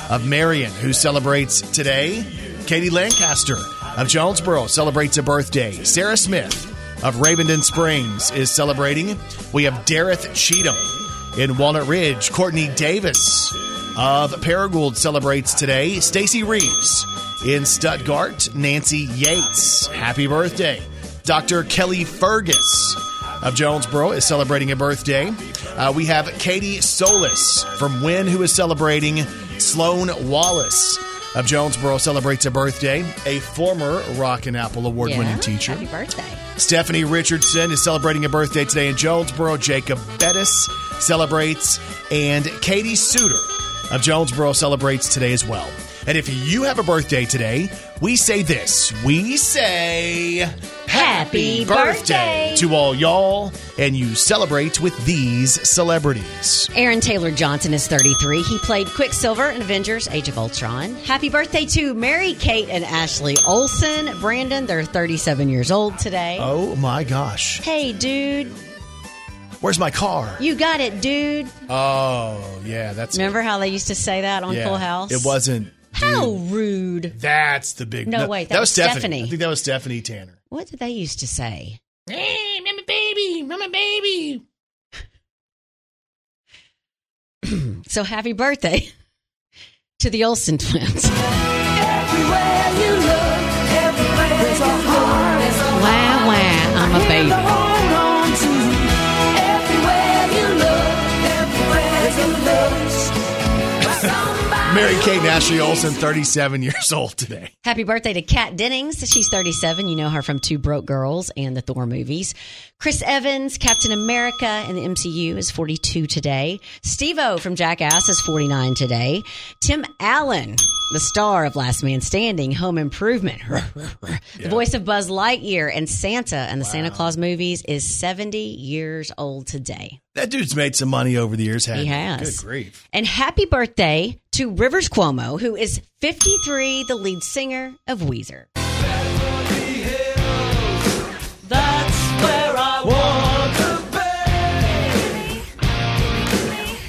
Speaker 2: of Marion, who celebrates today. Katie Lancaster of Jonesboro celebrates a birthday. Sarah Smith of Ravenden Springs is celebrating. We have Dareth Cheatham in Walnut Ridge. Courtney Davis of Paragould celebrates today. Stacy Reeves in Stuttgart. Nancy Yates, happy birthday. Dr. Kelly Fergus of Jonesboro is celebrating a birthday. Uh, we have Katie Solis from Wynn who is celebrating. Sloan Wallace of Jonesboro celebrates a birthday. A former Rock and Apple Award winning
Speaker 3: Yeah.
Speaker 2: teacher.
Speaker 3: Happy birthday.
Speaker 2: Stephanie Richardson is celebrating a birthday today in Jonesboro. Jacob Bettis celebrates, and Katie Suter of Jonesboro celebrates today as well. And if you have a birthday today, we say this. We say
Speaker 3: Happy birthday.
Speaker 2: to all y'all, and you celebrate with these celebrities.
Speaker 3: Aaron Taylor Johnson is 33. He played Quicksilver in Avengers Age of Ultron. Happy birthday to Mary Kate and Ashley Olsen. Brandon, they're 37 years old today.
Speaker 2: Oh my gosh.
Speaker 3: Hey, dude,
Speaker 2: Where's my car?
Speaker 3: you got it, dude.
Speaker 2: Oh, yeah, that's
Speaker 3: Remember how they used to say that on
Speaker 2: yeah.
Speaker 3: Full House?
Speaker 2: It wasn't
Speaker 3: How rude.
Speaker 2: That's the big
Speaker 3: No, wait, that was Stephanie.
Speaker 2: I think that was Stephanie Tanner.
Speaker 3: What did they used to say?
Speaker 4: Hey, I'm a baby. I'm a baby.
Speaker 3: So happy birthday to the Olsen twins.
Speaker 5: Everywhere you look, everywhere there's a heart. There's a
Speaker 3: Wah, wah, I'm a
Speaker 5: to
Speaker 3: baby.
Speaker 5: hold on to. Everywhere you look, everywhere there's a love. Somebody
Speaker 2: Mary Kate and Ashley Olsen, 37 years old today.
Speaker 3: Happy birthday to Kat Dennings. She's 37. You know her from Two Broke Girls and the Thor movies. Chris Evans, Captain America in the MCU, is 42 today. Steve O from Jackass is 49 today. Tim Allen, the star of Last Man Standing, Home Improvement, the voice of Buzz Lightyear and Santa and the Santa Claus movies, is 70 years old today.
Speaker 2: That dude's made some money over the years, hasn't
Speaker 3: He
Speaker 2: he?
Speaker 3: has.
Speaker 2: Good grief.
Speaker 3: And happy birthday to Rivers Cuomo, who is 53, the lead singer of Weezer.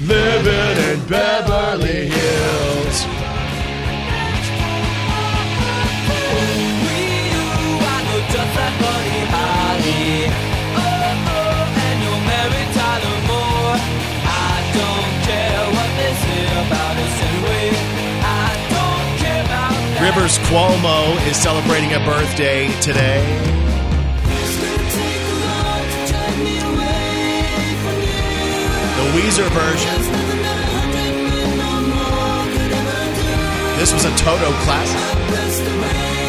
Speaker 2: Living in Beverly Hills.
Speaker 8: Holly. Oh, oh, and you're married Tyler Moore. I
Speaker 2: Rivers Cuomo is celebrating a birthday today. The Weezer version. This was a Toto classic.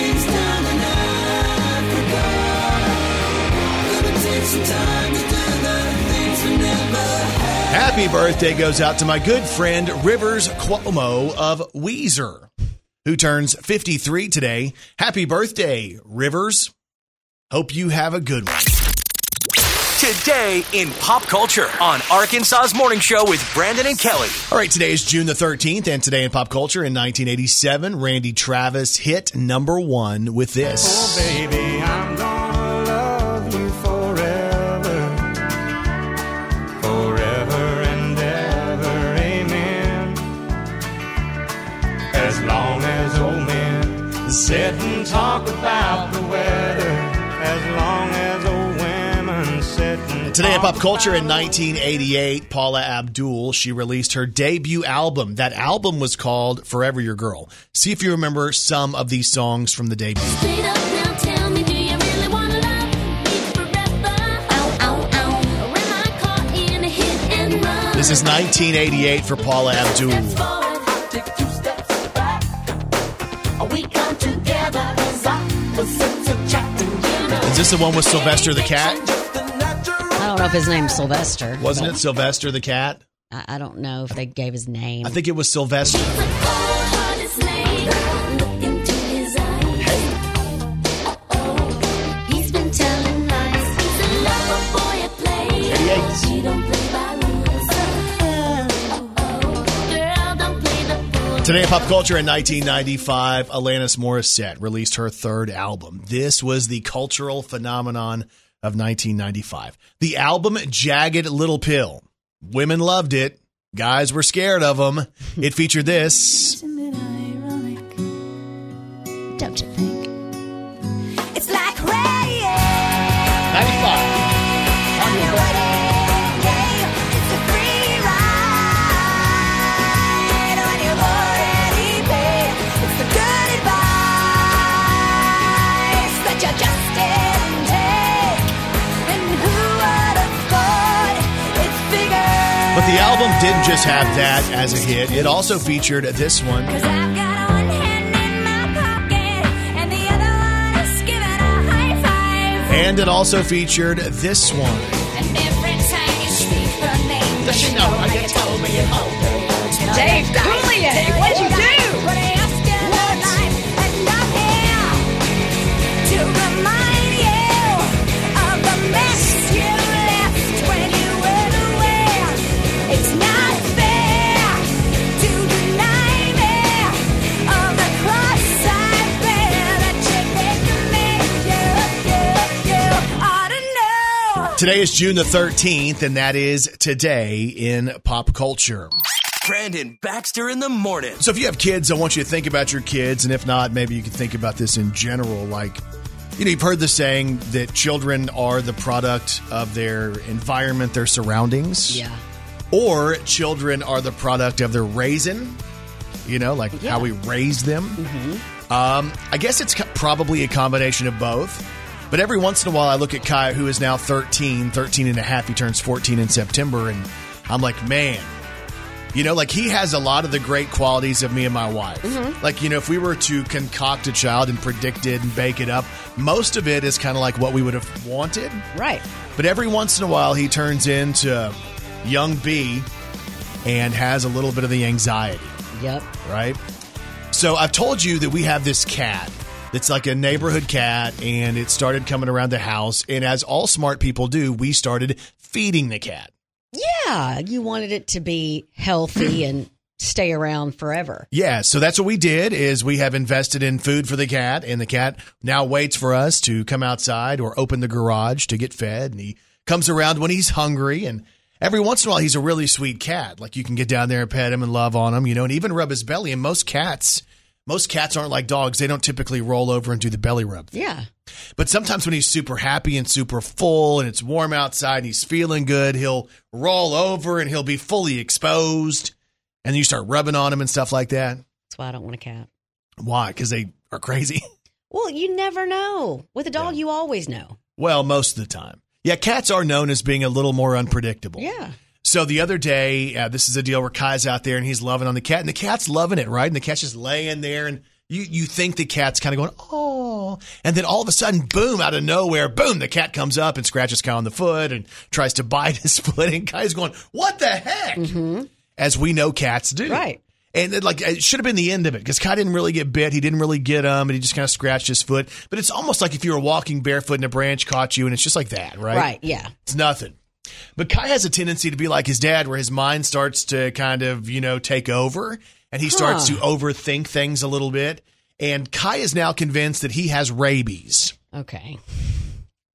Speaker 2: Happy birthday goes out to my good friend Rivers Cuomo of Weezer, who turns 53 today. Happy birthday, Rivers. Hope you have a good one.
Speaker 1: Today in pop culture on Arkansas's Morning Show with Brandon and Kelly.
Speaker 2: All right, today is June the 13th, and today in pop culture in 1987, Randy Travis hit number one with this.
Speaker 7: Oh, Baby, I'm gonna love you forever. Forever and ever, amen. As long as old men sit and talk about the weather. As long as old women sit and
Speaker 2: Today in
Speaker 7: talk
Speaker 2: pop culture in 1988, Paula Abdul, she released her debut album. That album was called Forever Your Girl. See if you remember some of these songs from the debut.
Speaker 8: Straight up now, tell me, do you really wanna love me forever? Ow, ow, ow. Or am I caught in a hit and run?
Speaker 2: This is 1988 for Paula Abdul. Is this the one with Sylvester the Cat?
Speaker 3: I don't know if his name's Sylvester.
Speaker 2: Wasn't it Sylvester the Cat?
Speaker 3: I, I don't know if they gave his name.
Speaker 2: I think it was Sylvester.
Speaker 8: Like cold-hearted slave, look into his eyes. Uh-oh, he's been telling lies. He's a lover boy at play. She don't play by rules. Uh-oh, girl, don't play the fool.
Speaker 2: Today in pop culture in 1995, Alanis Morissette released her third album. This was the cultural phenomenon of 1995. The album Jagged Little Pill. Women loved it. Guys were scared of them. It featured this.
Speaker 8: Don't you think?
Speaker 9: It's like rain.
Speaker 2: 95.
Speaker 9: It's a free ride when you've already paid. It's the good advice that you just didn't take. And who would have thought it's bigger?
Speaker 2: But the album didn't just have that as a hit. It also featured this one.
Speaker 9: Cause I've got one hand in my pocket and the other one is giving a high five.
Speaker 2: And it also featured this one.
Speaker 9: And every time you speak her name, does she know I get told me you hold her? Dave Coulier, what'd you do?
Speaker 2: Today is June the 13th, and that is today in pop culture.
Speaker 1: Brandon Baxter in the morning.
Speaker 2: So if you have kids, I want you to think about your kids, and if not, maybe you can think about this in general. Like, you know, you've heard the saying that children are the product of their environment, their surroundings,
Speaker 3: Yeah.
Speaker 2: or children are the product of their raising. You know, like how we raise them. Um, I guess it's co- probably a combination of both. But every once in a while, I look at Kai, who is now 13, 13 and a half. He turns 14 in September. And I'm like, man, you know, like he has a lot of the great qualities of me and my wife. Like, you know, if we were to concoct a child and predict it and bake it up, most of it is kind of like what we would have wanted.
Speaker 3: Right.
Speaker 2: But every once in a while, he turns into young B and has a little bit of the anxiety
Speaker 3: Yep.
Speaker 2: right? So I've told you that we have this cat that's like a neighborhood cat, and it started coming around the house. And as all smart people do, we started feeding the cat.
Speaker 3: Yeah. You wanted it to be healthy and stay around forever.
Speaker 2: Yeah, so that's what we did is we have invested in food for the cat and the cat now waits for us to come outside or open the garage to get fed and he comes around when he's hungry and every once in a while he's a really sweet cat. Like you can get down there and pet him and love on him, you know, and even rub his belly and most cats most cats aren't like dogs. They don't typically roll over and do the belly rub.
Speaker 3: Yeah.
Speaker 2: But sometimes when he's super happy and super full and it's warm outside and he's feeling good, he'll roll over and he'll be fully exposed and you start rubbing on him and stuff like that.
Speaker 3: That's why I don't want a cat.
Speaker 2: Why? Because they are crazy.
Speaker 3: Well, you never know. With a dog, you always know.
Speaker 2: Well, most of the time. Yeah, cats are known as being a little more unpredictable.
Speaker 3: Yeah.
Speaker 2: So the other day, uh, this is a deal where Kai's out there and he's loving on the cat, and the cat's loving it, right? And the cat's just laying there, and you you think the cat's kind of going, oh, and then all of a sudden, boom, out of nowhere, boom, the cat comes up and scratches Kai on the foot and tries to bite his foot, and Kai's going, what the heck? As we know, cats do,
Speaker 3: Mm-hmm. Right.
Speaker 2: And it, like it should have been the end of it because Kai didn't really get bit. He didn't really get um, and he just kind of scratched his foot. But it's almost like if you were walking barefoot and a branch caught you, and it's just like that, right?
Speaker 3: Right. yeah.
Speaker 2: It's nothing. But Kai has a tendency to be like his dad, where his mind starts to kind of, you know, take over and he starts to overthink things a little bit. And Kai is now convinced that he has rabies.
Speaker 3: Okay.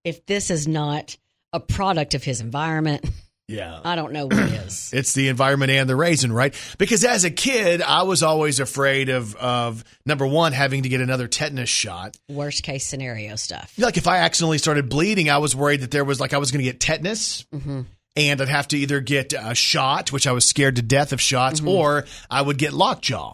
Speaker 3: If this is not a product of his environment,
Speaker 2: Yeah.
Speaker 3: I don't know what is.
Speaker 2: It's the environment and the raisin, right? Because as a kid, I was always afraid of, of number one, having to get another tetanus shot.
Speaker 3: Worst case scenario stuff.
Speaker 2: Like if I accidentally started bleeding, I was worried that there was like I was going to get tetanus.
Speaker 3: Mm-hmm.
Speaker 2: And I'd have to either get a shot, which I was scared to death of
Speaker 3: Mm-hmm.
Speaker 2: shots, or I would get lockjaw.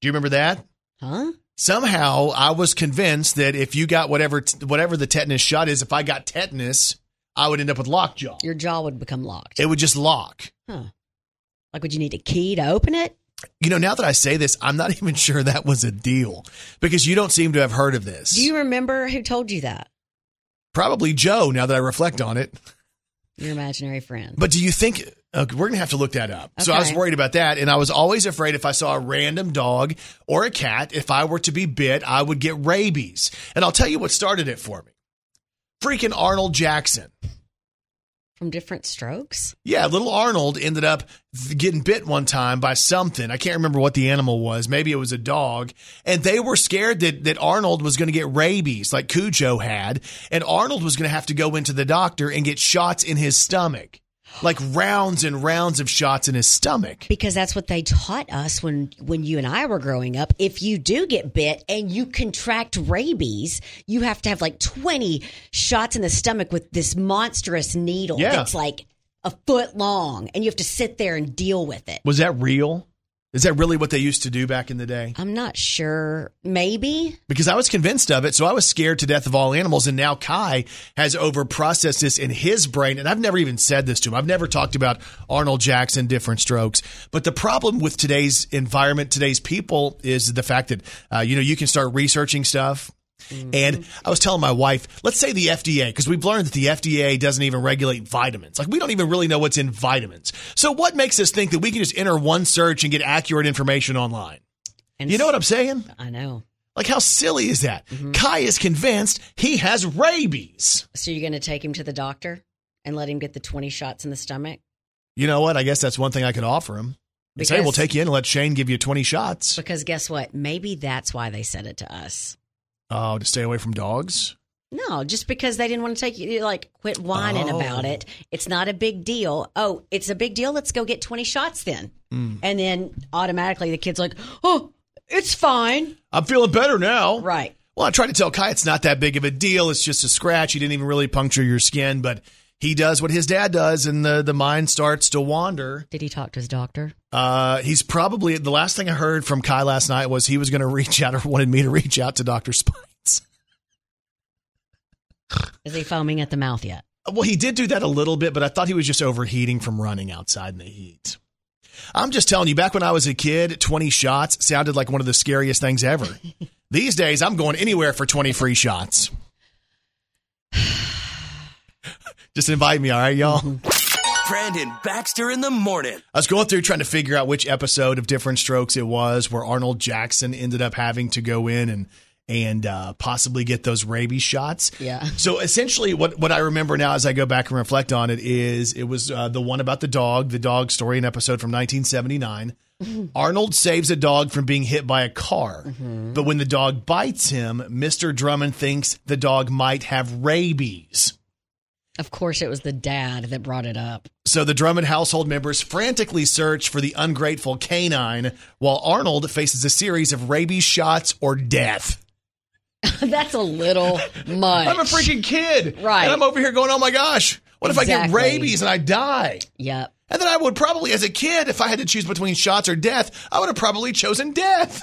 Speaker 2: Do you remember that?
Speaker 3: Huh?
Speaker 2: Somehow, I was convinced that if you got whatever whatever the tetanus shot is, if I got tetanus, I would end up with lockjaw.
Speaker 3: Your jaw would become locked.
Speaker 2: It would just lock.
Speaker 3: Like, would you need a key to open it?
Speaker 2: You know, now that I say this, I'm not even sure that was a deal because you don't seem to have heard of this.
Speaker 3: Do you remember who told you that?
Speaker 2: Probably Joe. Now that I reflect on it.
Speaker 3: Your imaginary friend.
Speaker 2: But do you think okay, we're going to have to look that up? So I was
Speaker 3: Okay.
Speaker 2: worried about that, and I was always afraid if I saw a random dog or a cat, if I were to be bit, I would get rabies. And I'll tell you what started it for me. Freaking Arnold Jackson.
Speaker 3: From different strokes?
Speaker 2: Yeah, little Arnold ended up th- getting bit one time by something. I can't remember what the animal was. Maybe it was a dog. And they were scared that, that Arnold was going to get rabies like Cujo had. And Arnold was going to have to go into the doctor and get shots in his stomach, like rounds and rounds of shots in his stomach.
Speaker 3: Because that's what they taught us when, when you and I were growing up. If you do get bit and you contract rabies, you have to have like 20 shots in the stomach with this monstrous needle
Speaker 2: Yeah.
Speaker 3: that's like a foot long and you have to sit there and deal with it.
Speaker 2: Was that real? Is that really what they used to do back in the day?
Speaker 3: I'm not sure. Maybe.
Speaker 2: because I was convinced of it. So I was scared to death of all animals. And now Kai has overprocessed this in his brain. And I've never even said this to him. I've never talked about Arnold Jackson, different strokes. But the problem with today's environment, today's people is the fact that, uh, you know, you can start researching stuff. And I was telling my wife, let's say the FDA, because we've learned that the FDA doesn't even regulate vitamins. Like, we don't even really know what's in vitamins. So, what makes us think that we can just enter one search and get accurate information online?
Speaker 3: And
Speaker 2: You know what I'm saying?
Speaker 3: I know.
Speaker 2: Like, how silly is that? Kai is convinced he has rabies.
Speaker 3: So you're going to take him to the doctor and let him get the 20 shots in the stomach
Speaker 2: You know what? I guess that's one thing I could offer him. Because, say,
Speaker 3: Because-
Speaker 2: we'll take you in and let Shane give you 20 shots.
Speaker 3: because guess what? Maybe that's why they said it to us.
Speaker 2: Oh, to stay away from dogs?
Speaker 3: No, just because they didn't want to take you, like, quit whining
Speaker 2: Oh.
Speaker 3: about it. It's not a big deal. Oh, it's a big deal. Let's go get 20 shots then.
Speaker 2: Mm.
Speaker 3: And then automatically the kid's like, oh, it's fine.
Speaker 2: I'm feeling better now.
Speaker 3: Right.
Speaker 2: Well, I tried to tell Kai it's not that big of a deal. It's just a scratch. He didn't even really puncture your skin, but he does what his dad does, and the, the mind starts to wander.
Speaker 3: Did he talk to his doctor?
Speaker 2: Uh, he's probably the last thing I heard from Kai last night was he was going to reach out or wanted me to reach out to Dr. Spines.
Speaker 3: Is he foaming at the mouth yet?
Speaker 2: Well, he did do that a little bit, but I thought he was just overheating from running outside in the heat. I'm just telling you, back when I was a kid, 20 shots sounded like one of the scariest things ever. These days, I'm going anywhere for 20 free shots. just invite me, all right, y'all?
Speaker 1: Brandon Baxter in the morning.
Speaker 2: I was going through trying to figure out which episode of Different Strokes it was where Arnold Jackson ended up having to go in and and uh, possibly get those rabies shots.
Speaker 3: Yeah.
Speaker 2: So essentially, what what I remember now as I go back and reflect on it is it was uh, the one about the dog, the dog story, an episode from 1979. Arnold saves a dog from being hit by a car, but when the dog bites him, Mr. Drummond thinks the dog might have rabies.
Speaker 3: Of course, it was the dad that brought it up.
Speaker 2: So the Drummond household members frantically search for the ungrateful canine while Arnold faces a series of rabies shots or death.
Speaker 3: That's a little much.
Speaker 2: I'm a freaking kid.
Speaker 3: Right.
Speaker 2: And I'm over here going, oh my gosh, what if I get
Speaker 3: Exactly.
Speaker 2: rabies and I die?
Speaker 3: Yep.
Speaker 2: And then I would probably, as a kid, if I had to choose between shots or death, I would have probably chosen death.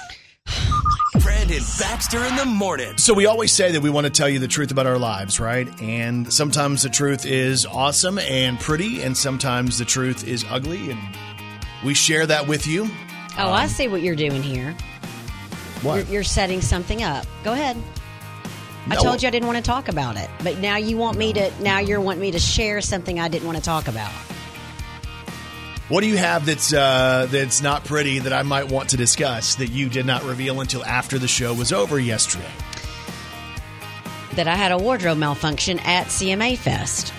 Speaker 1: Brandon Baxter in the morning.
Speaker 2: So we always say that we want to tell you the truth about our lives, right? And sometimes the truth is awesome and pretty, and sometimes the truth is ugly, and we share that with you.
Speaker 3: Oh, I see what you're doing here. You're, you're setting something up. Go ahead. I
Speaker 2: No.
Speaker 3: told you I didn't want to talk about it, but now you want me to. Now you're wanting me to share something I didn't want to talk about.
Speaker 2: What do you have that's uh, that's not pretty that I might want to discuss that you did not reveal until after the show was over yesterday?
Speaker 3: That I had a wardrobe malfunction at CMA Fest.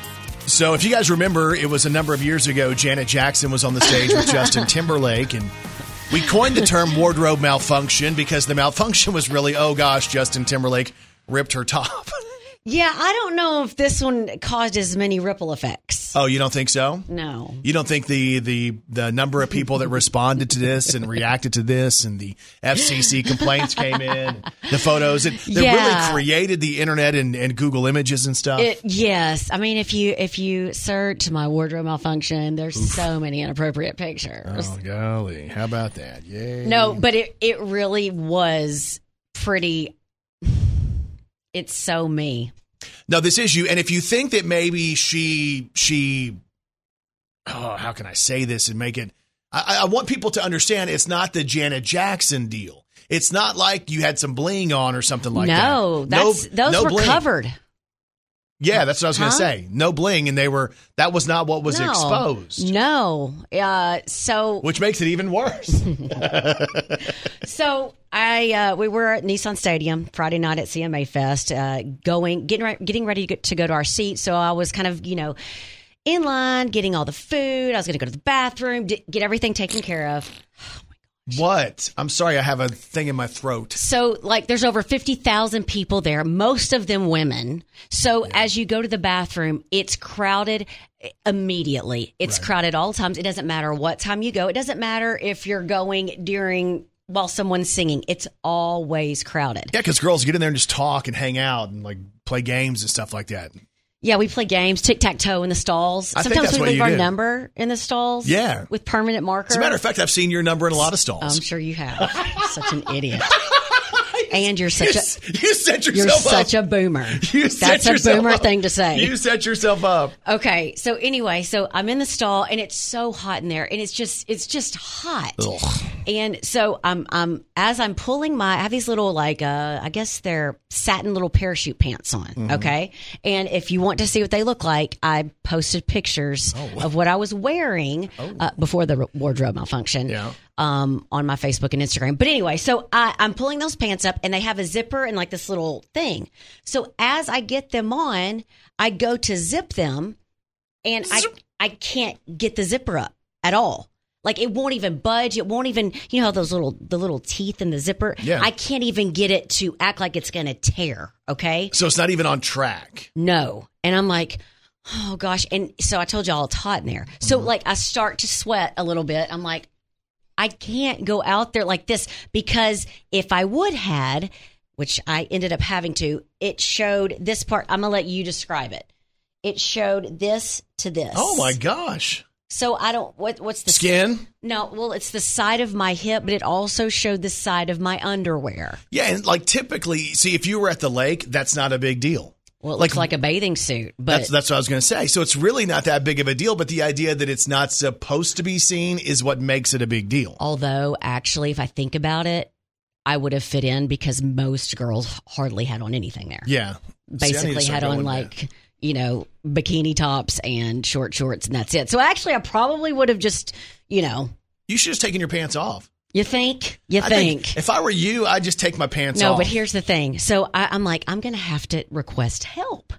Speaker 2: So, if you guys remember, it was a number of years ago. Janet Jackson was on the stage with Justin Timberlake, and we coined the term wardrobe malfunction because the malfunction was really, oh gosh, Justin Timberlake ripped her top.
Speaker 3: Yeah, I don't know if this one caused as many ripple effects.
Speaker 2: Oh, you don't think so?
Speaker 3: No.
Speaker 2: You don't think the the the number of people that responded to this and reacted to this and the FCC complaints came in, the photos it, that
Speaker 3: Yeah.
Speaker 2: really created the internet and, and Google Images and stuff.
Speaker 3: It, yes, I mean if you if you search my wardrobe malfunction, there's so many inappropriate pictures.
Speaker 2: oh golly, how about that? Yay!
Speaker 3: No, but it it really was pretty. It's so me.
Speaker 2: No, this is you. And if you think that maybe she she oh, how can I say this and make it I, I want people to understand it's not the Janet Jackson deal. It's not like you had some bling on or something like that.
Speaker 3: no, that's those
Speaker 2: no
Speaker 3: were
Speaker 2: bling.
Speaker 3: covered.
Speaker 2: Yeah, that's what I was going
Speaker 3: Huh?
Speaker 2: to say. No bling, and they were that was not what was
Speaker 3: no.
Speaker 2: exposed,
Speaker 3: No, uh, so
Speaker 2: which makes it even worse.
Speaker 3: So I uh, we were at Nissan Stadium Friday night at CMA Fest, uh, going getting re- getting ready to, get, to go to our seat. So I was kind of you know in line, getting all the food. I was going to go to the bathroom, d- get everything taken care of.
Speaker 2: what? I'm sorry, I have a thing in my throat.
Speaker 3: So like, there's over fifty thousand people there, most of them women. So as you go to the bathroom, it's crowded immediately. It's crowded all times. It doesn't matter what time you go. It doesn't matter if you're going during while someone's singing. It's always crowded.
Speaker 2: Yeah, because girls get in there and just talk and hang out and like play games and stuff like that.
Speaker 3: Yeah, we play games, tic tac toe in the stalls.
Speaker 2: I think
Speaker 3: Sometimes
Speaker 2: that's
Speaker 3: we
Speaker 2: what
Speaker 3: leave
Speaker 2: you
Speaker 3: our
Speaker 2: do.
Speaker 3: number in the stalls.
Speaker 2: Yeah.
Speaker 3: with permanent marker.
Speaker 2: As a matter of fact, I've seen your number in a lot of stalls.
Speaker 3: I'm sure you have. You're such an idiot, and you're
Speaker 2: you,
Speaker 3: such
Speaker 2: s-
Speaker 3: a
Speaker 2: you set yourself
Speaker 3: you're
Speaker 2: up.
Speaker 3: such a boomer.
Speaker 2: You set
Speaker 3: That's a
Speaker 2: yourself
Speaker 3: boomer
Speaker 2: up.
Speaker 3: thing to say.
Speaker 2: You set yourself up.
Speaker 3: Okay, so anyway, so I'm in the stall and it's so hot in there and it's just it's just hot. And so I'm I'm as I'm pulling my I have these little like uh I guess they're satin little parachute pants on, okay? And if you want to see what they look like, I posted pictures of what I was wearing uh, before the wardrobe malfunction
Speaker 2: Yeah.
Speaker 3: um, on my Facebook and Instagram. But anyway, so I, I'm pulling those pants up and they have a zipper and like this little thing. So as I get them on, I go to zip them and I, I can't get the zipper up at all. Like it won't even budge. It won't even, you know, how those little, the little teeth in the zipper.
Speaker 2: Yeah.
Speaker 3: I can't even get it to act like it's going to tear. Okay.
Speaker 2: So it's not even on track.
Speaker 3: No. And I'm like, oh gosh. And so I told y'all it's hot in there. So
Speaker 2: Mm-hmm.
Speaker 3: like I start to sweat a little bit. I'm like, I can't go out there like this because if I would had, which I ended up having to, it showed this part. I'm going to let you describe it. It showed this to this.
Speaker 2: Oh my gosh.
Speaker 3: So I don't, what, what's the
Speaker 2: Skin.
Speaker 3: No, well, it's the side of my hip, but it also showed the side of my underwear.
Speaker 2: Yeah, and like typically, see, if you were at the lake, that's not a big deal.
Speaker 3: Well, it
Speaker 2: Like-
Speaker 3: looks like a bathing suit, but
Speaker 2: That's that's what I was going to say. So it's really not that big of a deal, but the idea that it's not supposed to be seen is what makes it a big deal.
Speaker 3: Although, actually, if I think about it, I would have fit in because most girls hardly had on anything there.
Speaker 2: Yeah, See, I need to
Speaker 3: Basically,
Speaker 2: start
Speaker 3: had on
Speaker 2: going there.
Speaker 3: like, you know, bikini tops and short shorts, and that's it. So, actually, I probably would have just, you know,
Speaker 2: you should just taken your pants off.
Speaker 3: you think, you
Speaker 2: I
Speaker 3: think.
Speaker 2: if I were you, I'd just take my pants
Speaker 3: no,
Speaker 2: off.
Speaker 3: but here's the thing. So, I, I'm like, I'm going to have to request help,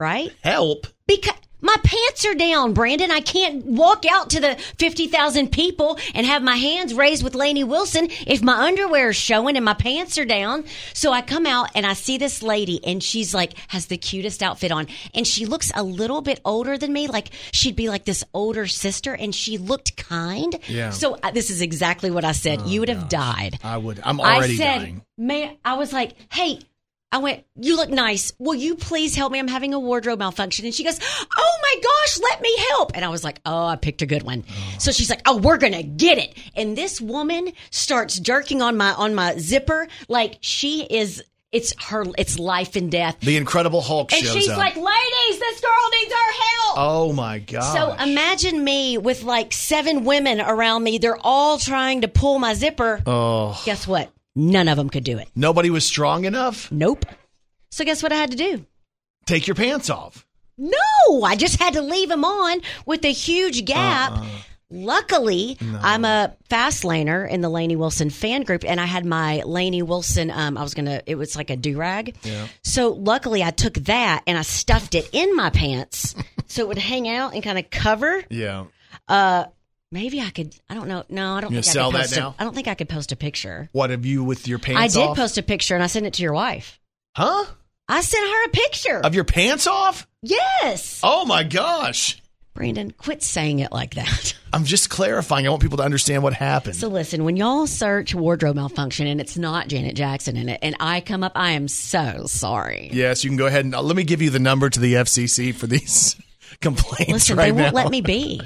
Speaker 3: right?
Speaker 2: help.
Speaker 3: Because my pants are down, Brandon. I can't walk out to the 50,000 people and have my hands raised with Lainey Wilson if my underwear is showing and my pants are down. So I come out and I see this lady and she's like, has the cutest outfit on. And she looks a little bit older than me. Like she'd be like this older sister and she looked kind.
Speaker 2: Yeah.
Speaker 3: So I, this is exactly what I said. you would have died.
Speaker 2: I would. I'm
Speaker 3: I
Speaker 2: already
Speaker 3: said,
Speaker 2: dying.
Speaker 3: man, I was like, hey, I went, You look nice. Will you please help me? I'm having a wardrobe malfunction. And she goes, Oh my gosh, let me help. And I was like, Oh, I picked a good one. So she's like, Oh, we're gonna get it. And this woman starts jerking on my on my zipper like she is it's her it's life and death.
Speaker 2: The Incredible Hulk
Speaker 3: And
Speaker 2: shows
Speaker 3: she's
Speaker 2: up.
Speaker 3: like, Ladies, this girl needs our help.
Speaker 2: oh my god!
Speaker 3: So imagine me with like seven women around me. They're all trying to pull my zipper. Oh. Guess what? None of them could do it.
Speaker 2: nobody was strong enough.
Speaker 3: Nope. So guess what I had to do?
Speaker 2: Take your pants off.
Speaker 3: No, I just had to leave them on with a huge gap. Luckily, I'm a fast laner in the Laney Wilson fan group, and I had my Laney Wilson. Um, I was gonna. It was like a do rag. So luckily, I took that and I stuffed it in my pants, so it would hang out and kind of cover.
Speaker 2: Yeah.
Speaker 3: Maybe I could. I don't know. No, I don't.
Speaker 2: You
Speaker 3: think
Speaker 2: sell
Speaker 3: I could
Speaker 2: that
Speaker 3: post a-
Speaker 2: now?
Speaker 3: I don't think I could post a picture.
Speaker 2: What have you with your pants?
Speaker 3: I did
Speaker 2: off?
Speaker 3: post a picture, and I sent it to your wife.
Speaker 2: Huh?
Speaker 3: I sent her a picture.
Speaker 2: Of your pants off?
Speaker 3: yes,
Speaker 2: Oh my gosh!
Speaker 3: Brandon, quit saying it like that.
Speaker 2: I'm just clarifying. I want people to understand what happened.
Speaker 3: So listen, when y'all search wardrobe malfunction and it's not Janet Jackson in it, and I come up, I am so sorry.
Speaker 2: yes, you can go ahead and uh, let me give you the number to the FCC for these complaints
Speaker 3: Listen,
Speaker 2: right
Speaker 3: they won't
Speaker 2: now.
Speaker 3: let me be.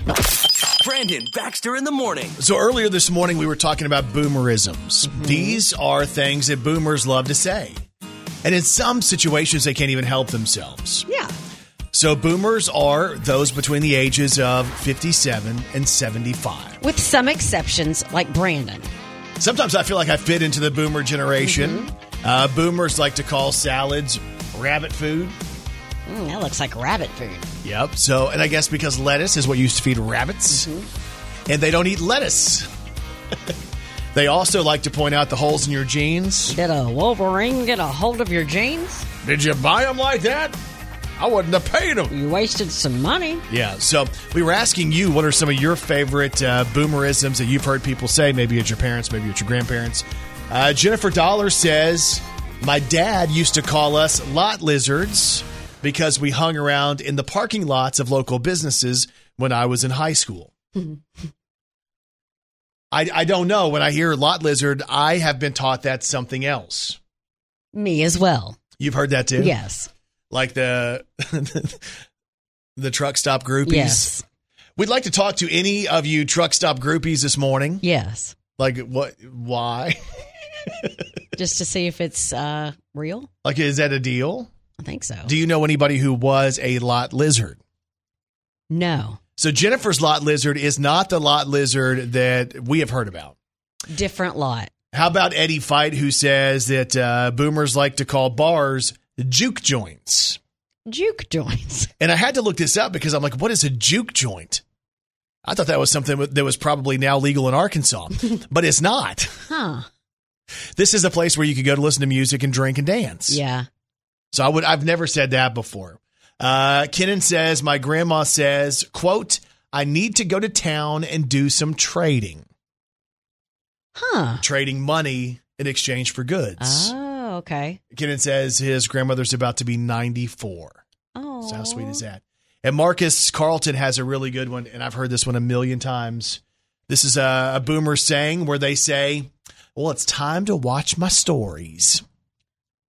Speaker 1: Brandon Baxter in the morning.
Speaker 2: So earlier this morning, we were talking about boomerisms.
Speaker 3: Mm-hmm.
Speaker 2: These are things that boomers love to say. And in some situations, they can't even help themselves.
Speaker 3: Yeah.
Speaker 2: So boomers are those between the ages of 57 and 75.
Speaker 3: With some exceptions, like Brandon.
Speaker 2: Sometimes I feel like I fit into the boomer generation.
Speaker 3: Mm-hmm.
Speaker 2: Uh, boomers like to call salads rabbit food.
Speaker 3: Mm, that looks like rabbit food.
Speaker 2: Yep. So, and I guess because lettuce is what you used to feed rabbits, and they don't eat lettuce. they also like to point out the holes in your jeans.
Speaker 3: Did a Wolverine get a hold of your jeans?
Speaker 2: Did you buy them like that? I wouldn't have paid them.
Speaker 6: You wasted some money.
Speaker 2: Yeah. So we were asking you, what are some of your favorite uh, boomerisms that you've heard people say? Maybe it's your parents, maybe it's your grandparents. Uh, Jennifer Dollar says, "My dad used to call us lot lizards because we hung around in the parking lots of local businesses when I was in high school." I, I don't know. When I hear lot lizard, I have been taught that's something else.
Speaker 3: Me as well.
Speaker 2: You've heard that too,
Speaker 3: Yes.
Speaker 2: Like the the truck stop groupies.
Speaker 3: Yes.
Speaker 2: We'd like to talk to any of you truck stop groupies this morning.
Speaker 3: Yes.
Speaker 2: Like, what? Why?
Speaker 3: Just to see if it's uh, real.
Speaker 2: Like, is that a deal?
Speaker 3: I think so.
Speaker 2: Do you know anybody who was a lot lizard?
Speaker 3: no.
Speaker 2: So Jennifer's lot lizard is not the lot lizard that we have heard about.
Speaker 3: Different lot.
Speaker 2: How about Eddie Fight, who says that uh, boomers like to call bars juke joints?
Speaker 3: Juke joints.
Speaker 2: And I had to look this up because I'm like, what is a juke joint? I thought that was something that was probably now legal in Arkansas, but it's not.
Speaker 3: Huh.
Speaker 2: This is a place where you could go to listen to music and drink and dance.
Speaker 3: Yeah.
Speaker 2: So I would I've never said that before. Uh Kenan says, my grandma says, quote, I need to go to town and do some trading.
Speaker 3: Huh.
Speaker 2: Trading money in exchange for goods.
Speaker 3: Oh, okay.
Speaker 2: Kenan says his grandmother's about to be 94.
Speaker 3: Oh.
Speaker 2: So how sweet is that? And Marcus Carlton has a really good one, and I've heard this one a million times. This is a, a boomer saying where they say, Well, it's time to watch my stories.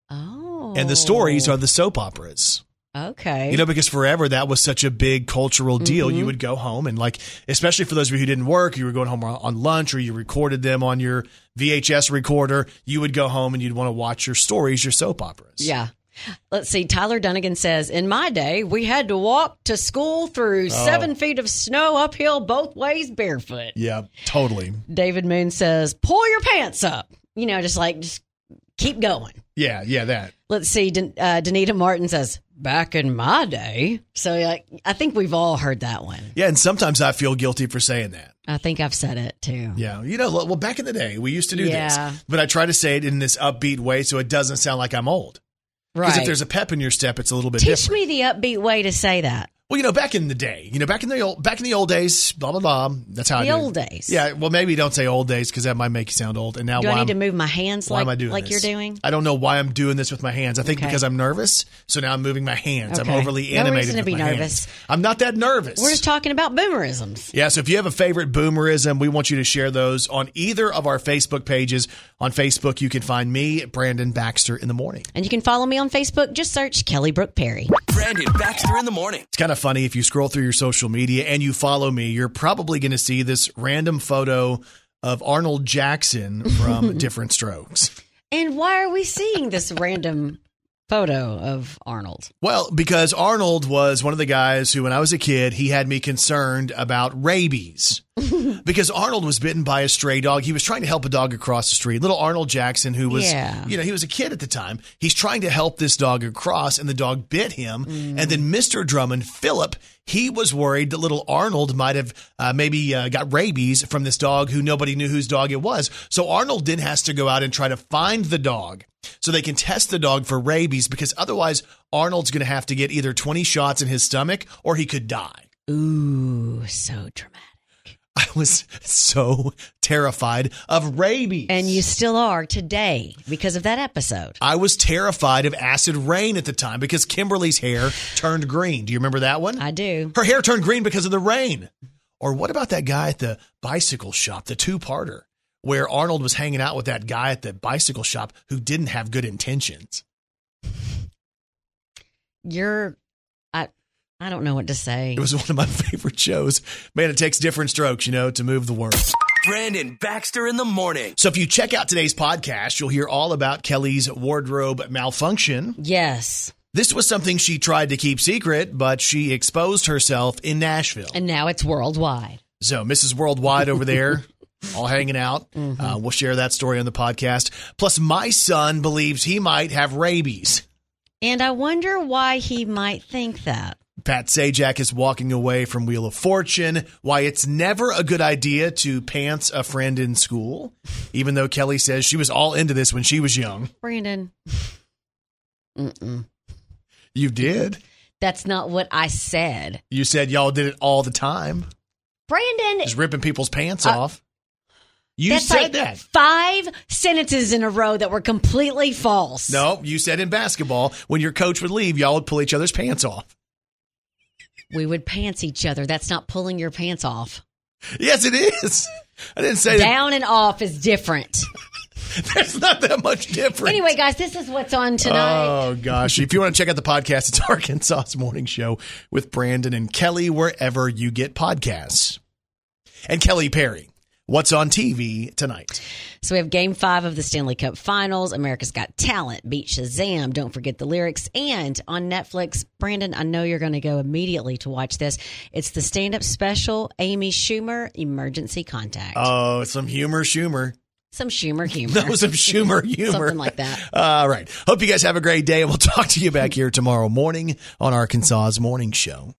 Speaker 3: Oh.
Speaker 2: And the stories are the soap operas.
Speaker 3: Okay.
Speaker 2: You know, because forever that was such a big cultural deal.
Speaker 3: Mm-hmm.
Speaker 2: You would go home and like, especially for those of you who didn't work, you were going home on- on lunch or you recorded them on your VHS recorder. You would go home and you'd want to watch your stories, your soap operas.
Speaker 3: Yeah. Let's see. Tyler Dunnigan says, In my day, we had to walk to school
Speaker 2: Oh.
Speaker 3: through seven feet of snow uphill both ways barefoot.
Speaker 2: Yeah, totally.
Speaker 3: David Moon says, Pull your pants up. You know, just like, just keep going.
Speaker 2: Yeah, yeah, that.
Speaker 3: Let's see. Den- uh, Danita Martin says, Back in my day. So like, I think we've all heard that one.
Speaker 2: Yeah, and sometimes I feel guilty for saying that.
Speaker 3: I think I've said it too.
Speaker 2: Yeah, you know, well, back in the day, we used to do
Speaker 3: Yeah.
Speaker 2: this, but I try to say it in this upbeat way so it doesn't sound like I'm old. Because
Speaker 3: right.
Speaker 2: if there's a pep in your step, it's a little bit
Speaker 3: Teach
Speaker 2: different.
Speaker 3: me the upbeat way to say that.
Speaker 2: Well, you know, back in the day, you know, back in the old, back in the old days, blah blah blah. That's how I
Speaker 3: The
Speaker 2: do it.
Speaker 3: old days.
Speaker 2: Yeah. Well, maybe don't say old days because that might make you sound old. And now,
Speaker 3: Do
Speaker 2: why
Speaker 3: I
Speaker 2: I'm-
Speaker 3: need to move my hands
Speaker 2: why
Speaker 3: like,
Speaker 2: am I doing
Speaker 3: like
Speaker 2: this?
Speaker 3: you're doing?
Speaker 2: I don't know why I'm doing this with my hands. I think
Speaker 3: Okay.
Speaker 2: because I'm nervous, so now I'm moving my hands. I'm
Speaker 3: Okay.
Speaker 2: overly
Speaker 3: No
Speaker 2: animated.
Speaker 3: reason to
Speaker 2: with
Speaker 3: be
Speaker 2: my
Speaker 3: nervous.
Speaker 2: hands. I'm not that nervous.
Speaker 3: We're just talking about boomerisms.
Speaker 2: Yeah, so if you have a favorite boomerism, we want you to share those on either of our Facebook pages. On Facebook, you can find me, Brandon Baxter, in the morning.
Speaker 3: And you can follow me on Facebook. Just search Kelly Brook Perry.
Speaker 1: Brandon Baxter in the morning.
Speaker 2: It's kind of funny if you scroll through your social media and you follow me, you're probably going to see this random photo of Arnold Jackson from Different Strokes.
Speaker 3: And why are we seeing this random photo of Arnold?
Speaker 2: Well, because Arnold was one of the guys who, when I was a kid, he had me concerned about rabies. because Arnold was bitten by a stray dog. He was trying to help a dog across the street. Little Arnold Jackson, who was,
Speaker 3: Yeah.
Speaker 2: you know, he was a kid at the time. He's trying to help this dog across, and the dog bit him. And then Mr. Drummond, Philip, he was worried that little Arnold might have uh, maybe uh, got rabies from this dog who nobody knew whose dog it was. So Arnold then has to go out and try to find the dog so they can test the dog for rabies because otherwise Arnold's going to have to get either 20 shots in his stomach or he could die.
Speaker 3: Ooh, so dramatic.
Speaker 2: I was so terrified of rabies.
Speaker 3: And you still are today because of that episode.
Speaker 2: I was terrified of acid rain at the time because Kimberly's hair turned green. Do you remember that one?
Speaker 3: I do.
Speaker 2: Her hair turned green because of the rain. Or what about that guy at the bicycle shop, the two parter, where Arnold was hanging out with that guy at the bicycle shop who didn't have good intentions?
Speaker 3: You're, I, I don't know what to say.
Speaker 2: It was one of my favorite shows. Man, it takes different strokes, you know, to move the world.
Speaker 1: Brandon Baxter in the morning.
Speaker 2: So if you check out today's podcast, you'll hear all about Kelly's wardrobe malfunction.
Speaker 3: yes.
Speaker 2: This was something she tried to keep secret, but she exposed herself in Nashville.
Speaker 3: And now it's worldwide.
Speaker 2: So, Mrs. Worldwide over there, all hanging out.
Speaker 3: Mm-hmm.
Speaker 2: Uh, we'll share that story on the podcast. Plus, my son believes he might have rabies.
Speaker 3: And I wonder why he might think that.
Speaker 2: Pat Sajak is walking away from Wheel of Fortune. Why it's never a good idea to pants a friend in school, even though Kelly says she was all into this when she was young.
Speaker 3: Brandon,
Speaker 2: You did.
Speaker 3: that's not what I said.
Speaker 2: You said y'all did it all the time,
Speaker 3: Brandon,
Speaker 2: just ripping people's pants off. You
Speaker 3: that's
Speaker 2: said
Speaker 3: like
Speaker 2: that.
Speaker 3: five sentences in a row that were completely false.
Speaker 2: No, you said in basketball, when your coach would leave, y'all would pull each other's pants off.
Speaker 3: We would pants each other. That's not pulling your pants off.
Speaker 2: Yes, it is. I didn't say that.
Speaker 3: Down and off is different.
Speaker 2: There's not that much difference.
Speaker 3: Anyway, guys, this is what's on tonight.
Speaker 2: Oh gosh! If you want to check out the podcast, it's Arkansas's Morning Show with Brandon and Kelly wherever you get podcasts. And Kelly Perry, what's on TV tonight?
Speaker 3: So we have game five of the Stanley Cup Finals. America's Got Talent beat Shazam. Don't forget the lyrics. And on Netflix, Brandon, I know you're going to go immediately to watch this. It's the stand up special, Amy Schumer, Emergency Contact.
Speaker 2: Oh, some humor, Schumer.
Speaker 3: Some Schumer humor.
Speaker 2: No, some Schumer humor,
Speaker 3: Something like that.
Speaker 2: All right. Hope you guys have a great day, and we'll talk to you back here tomorrow morning on Arkansas's Morning Show.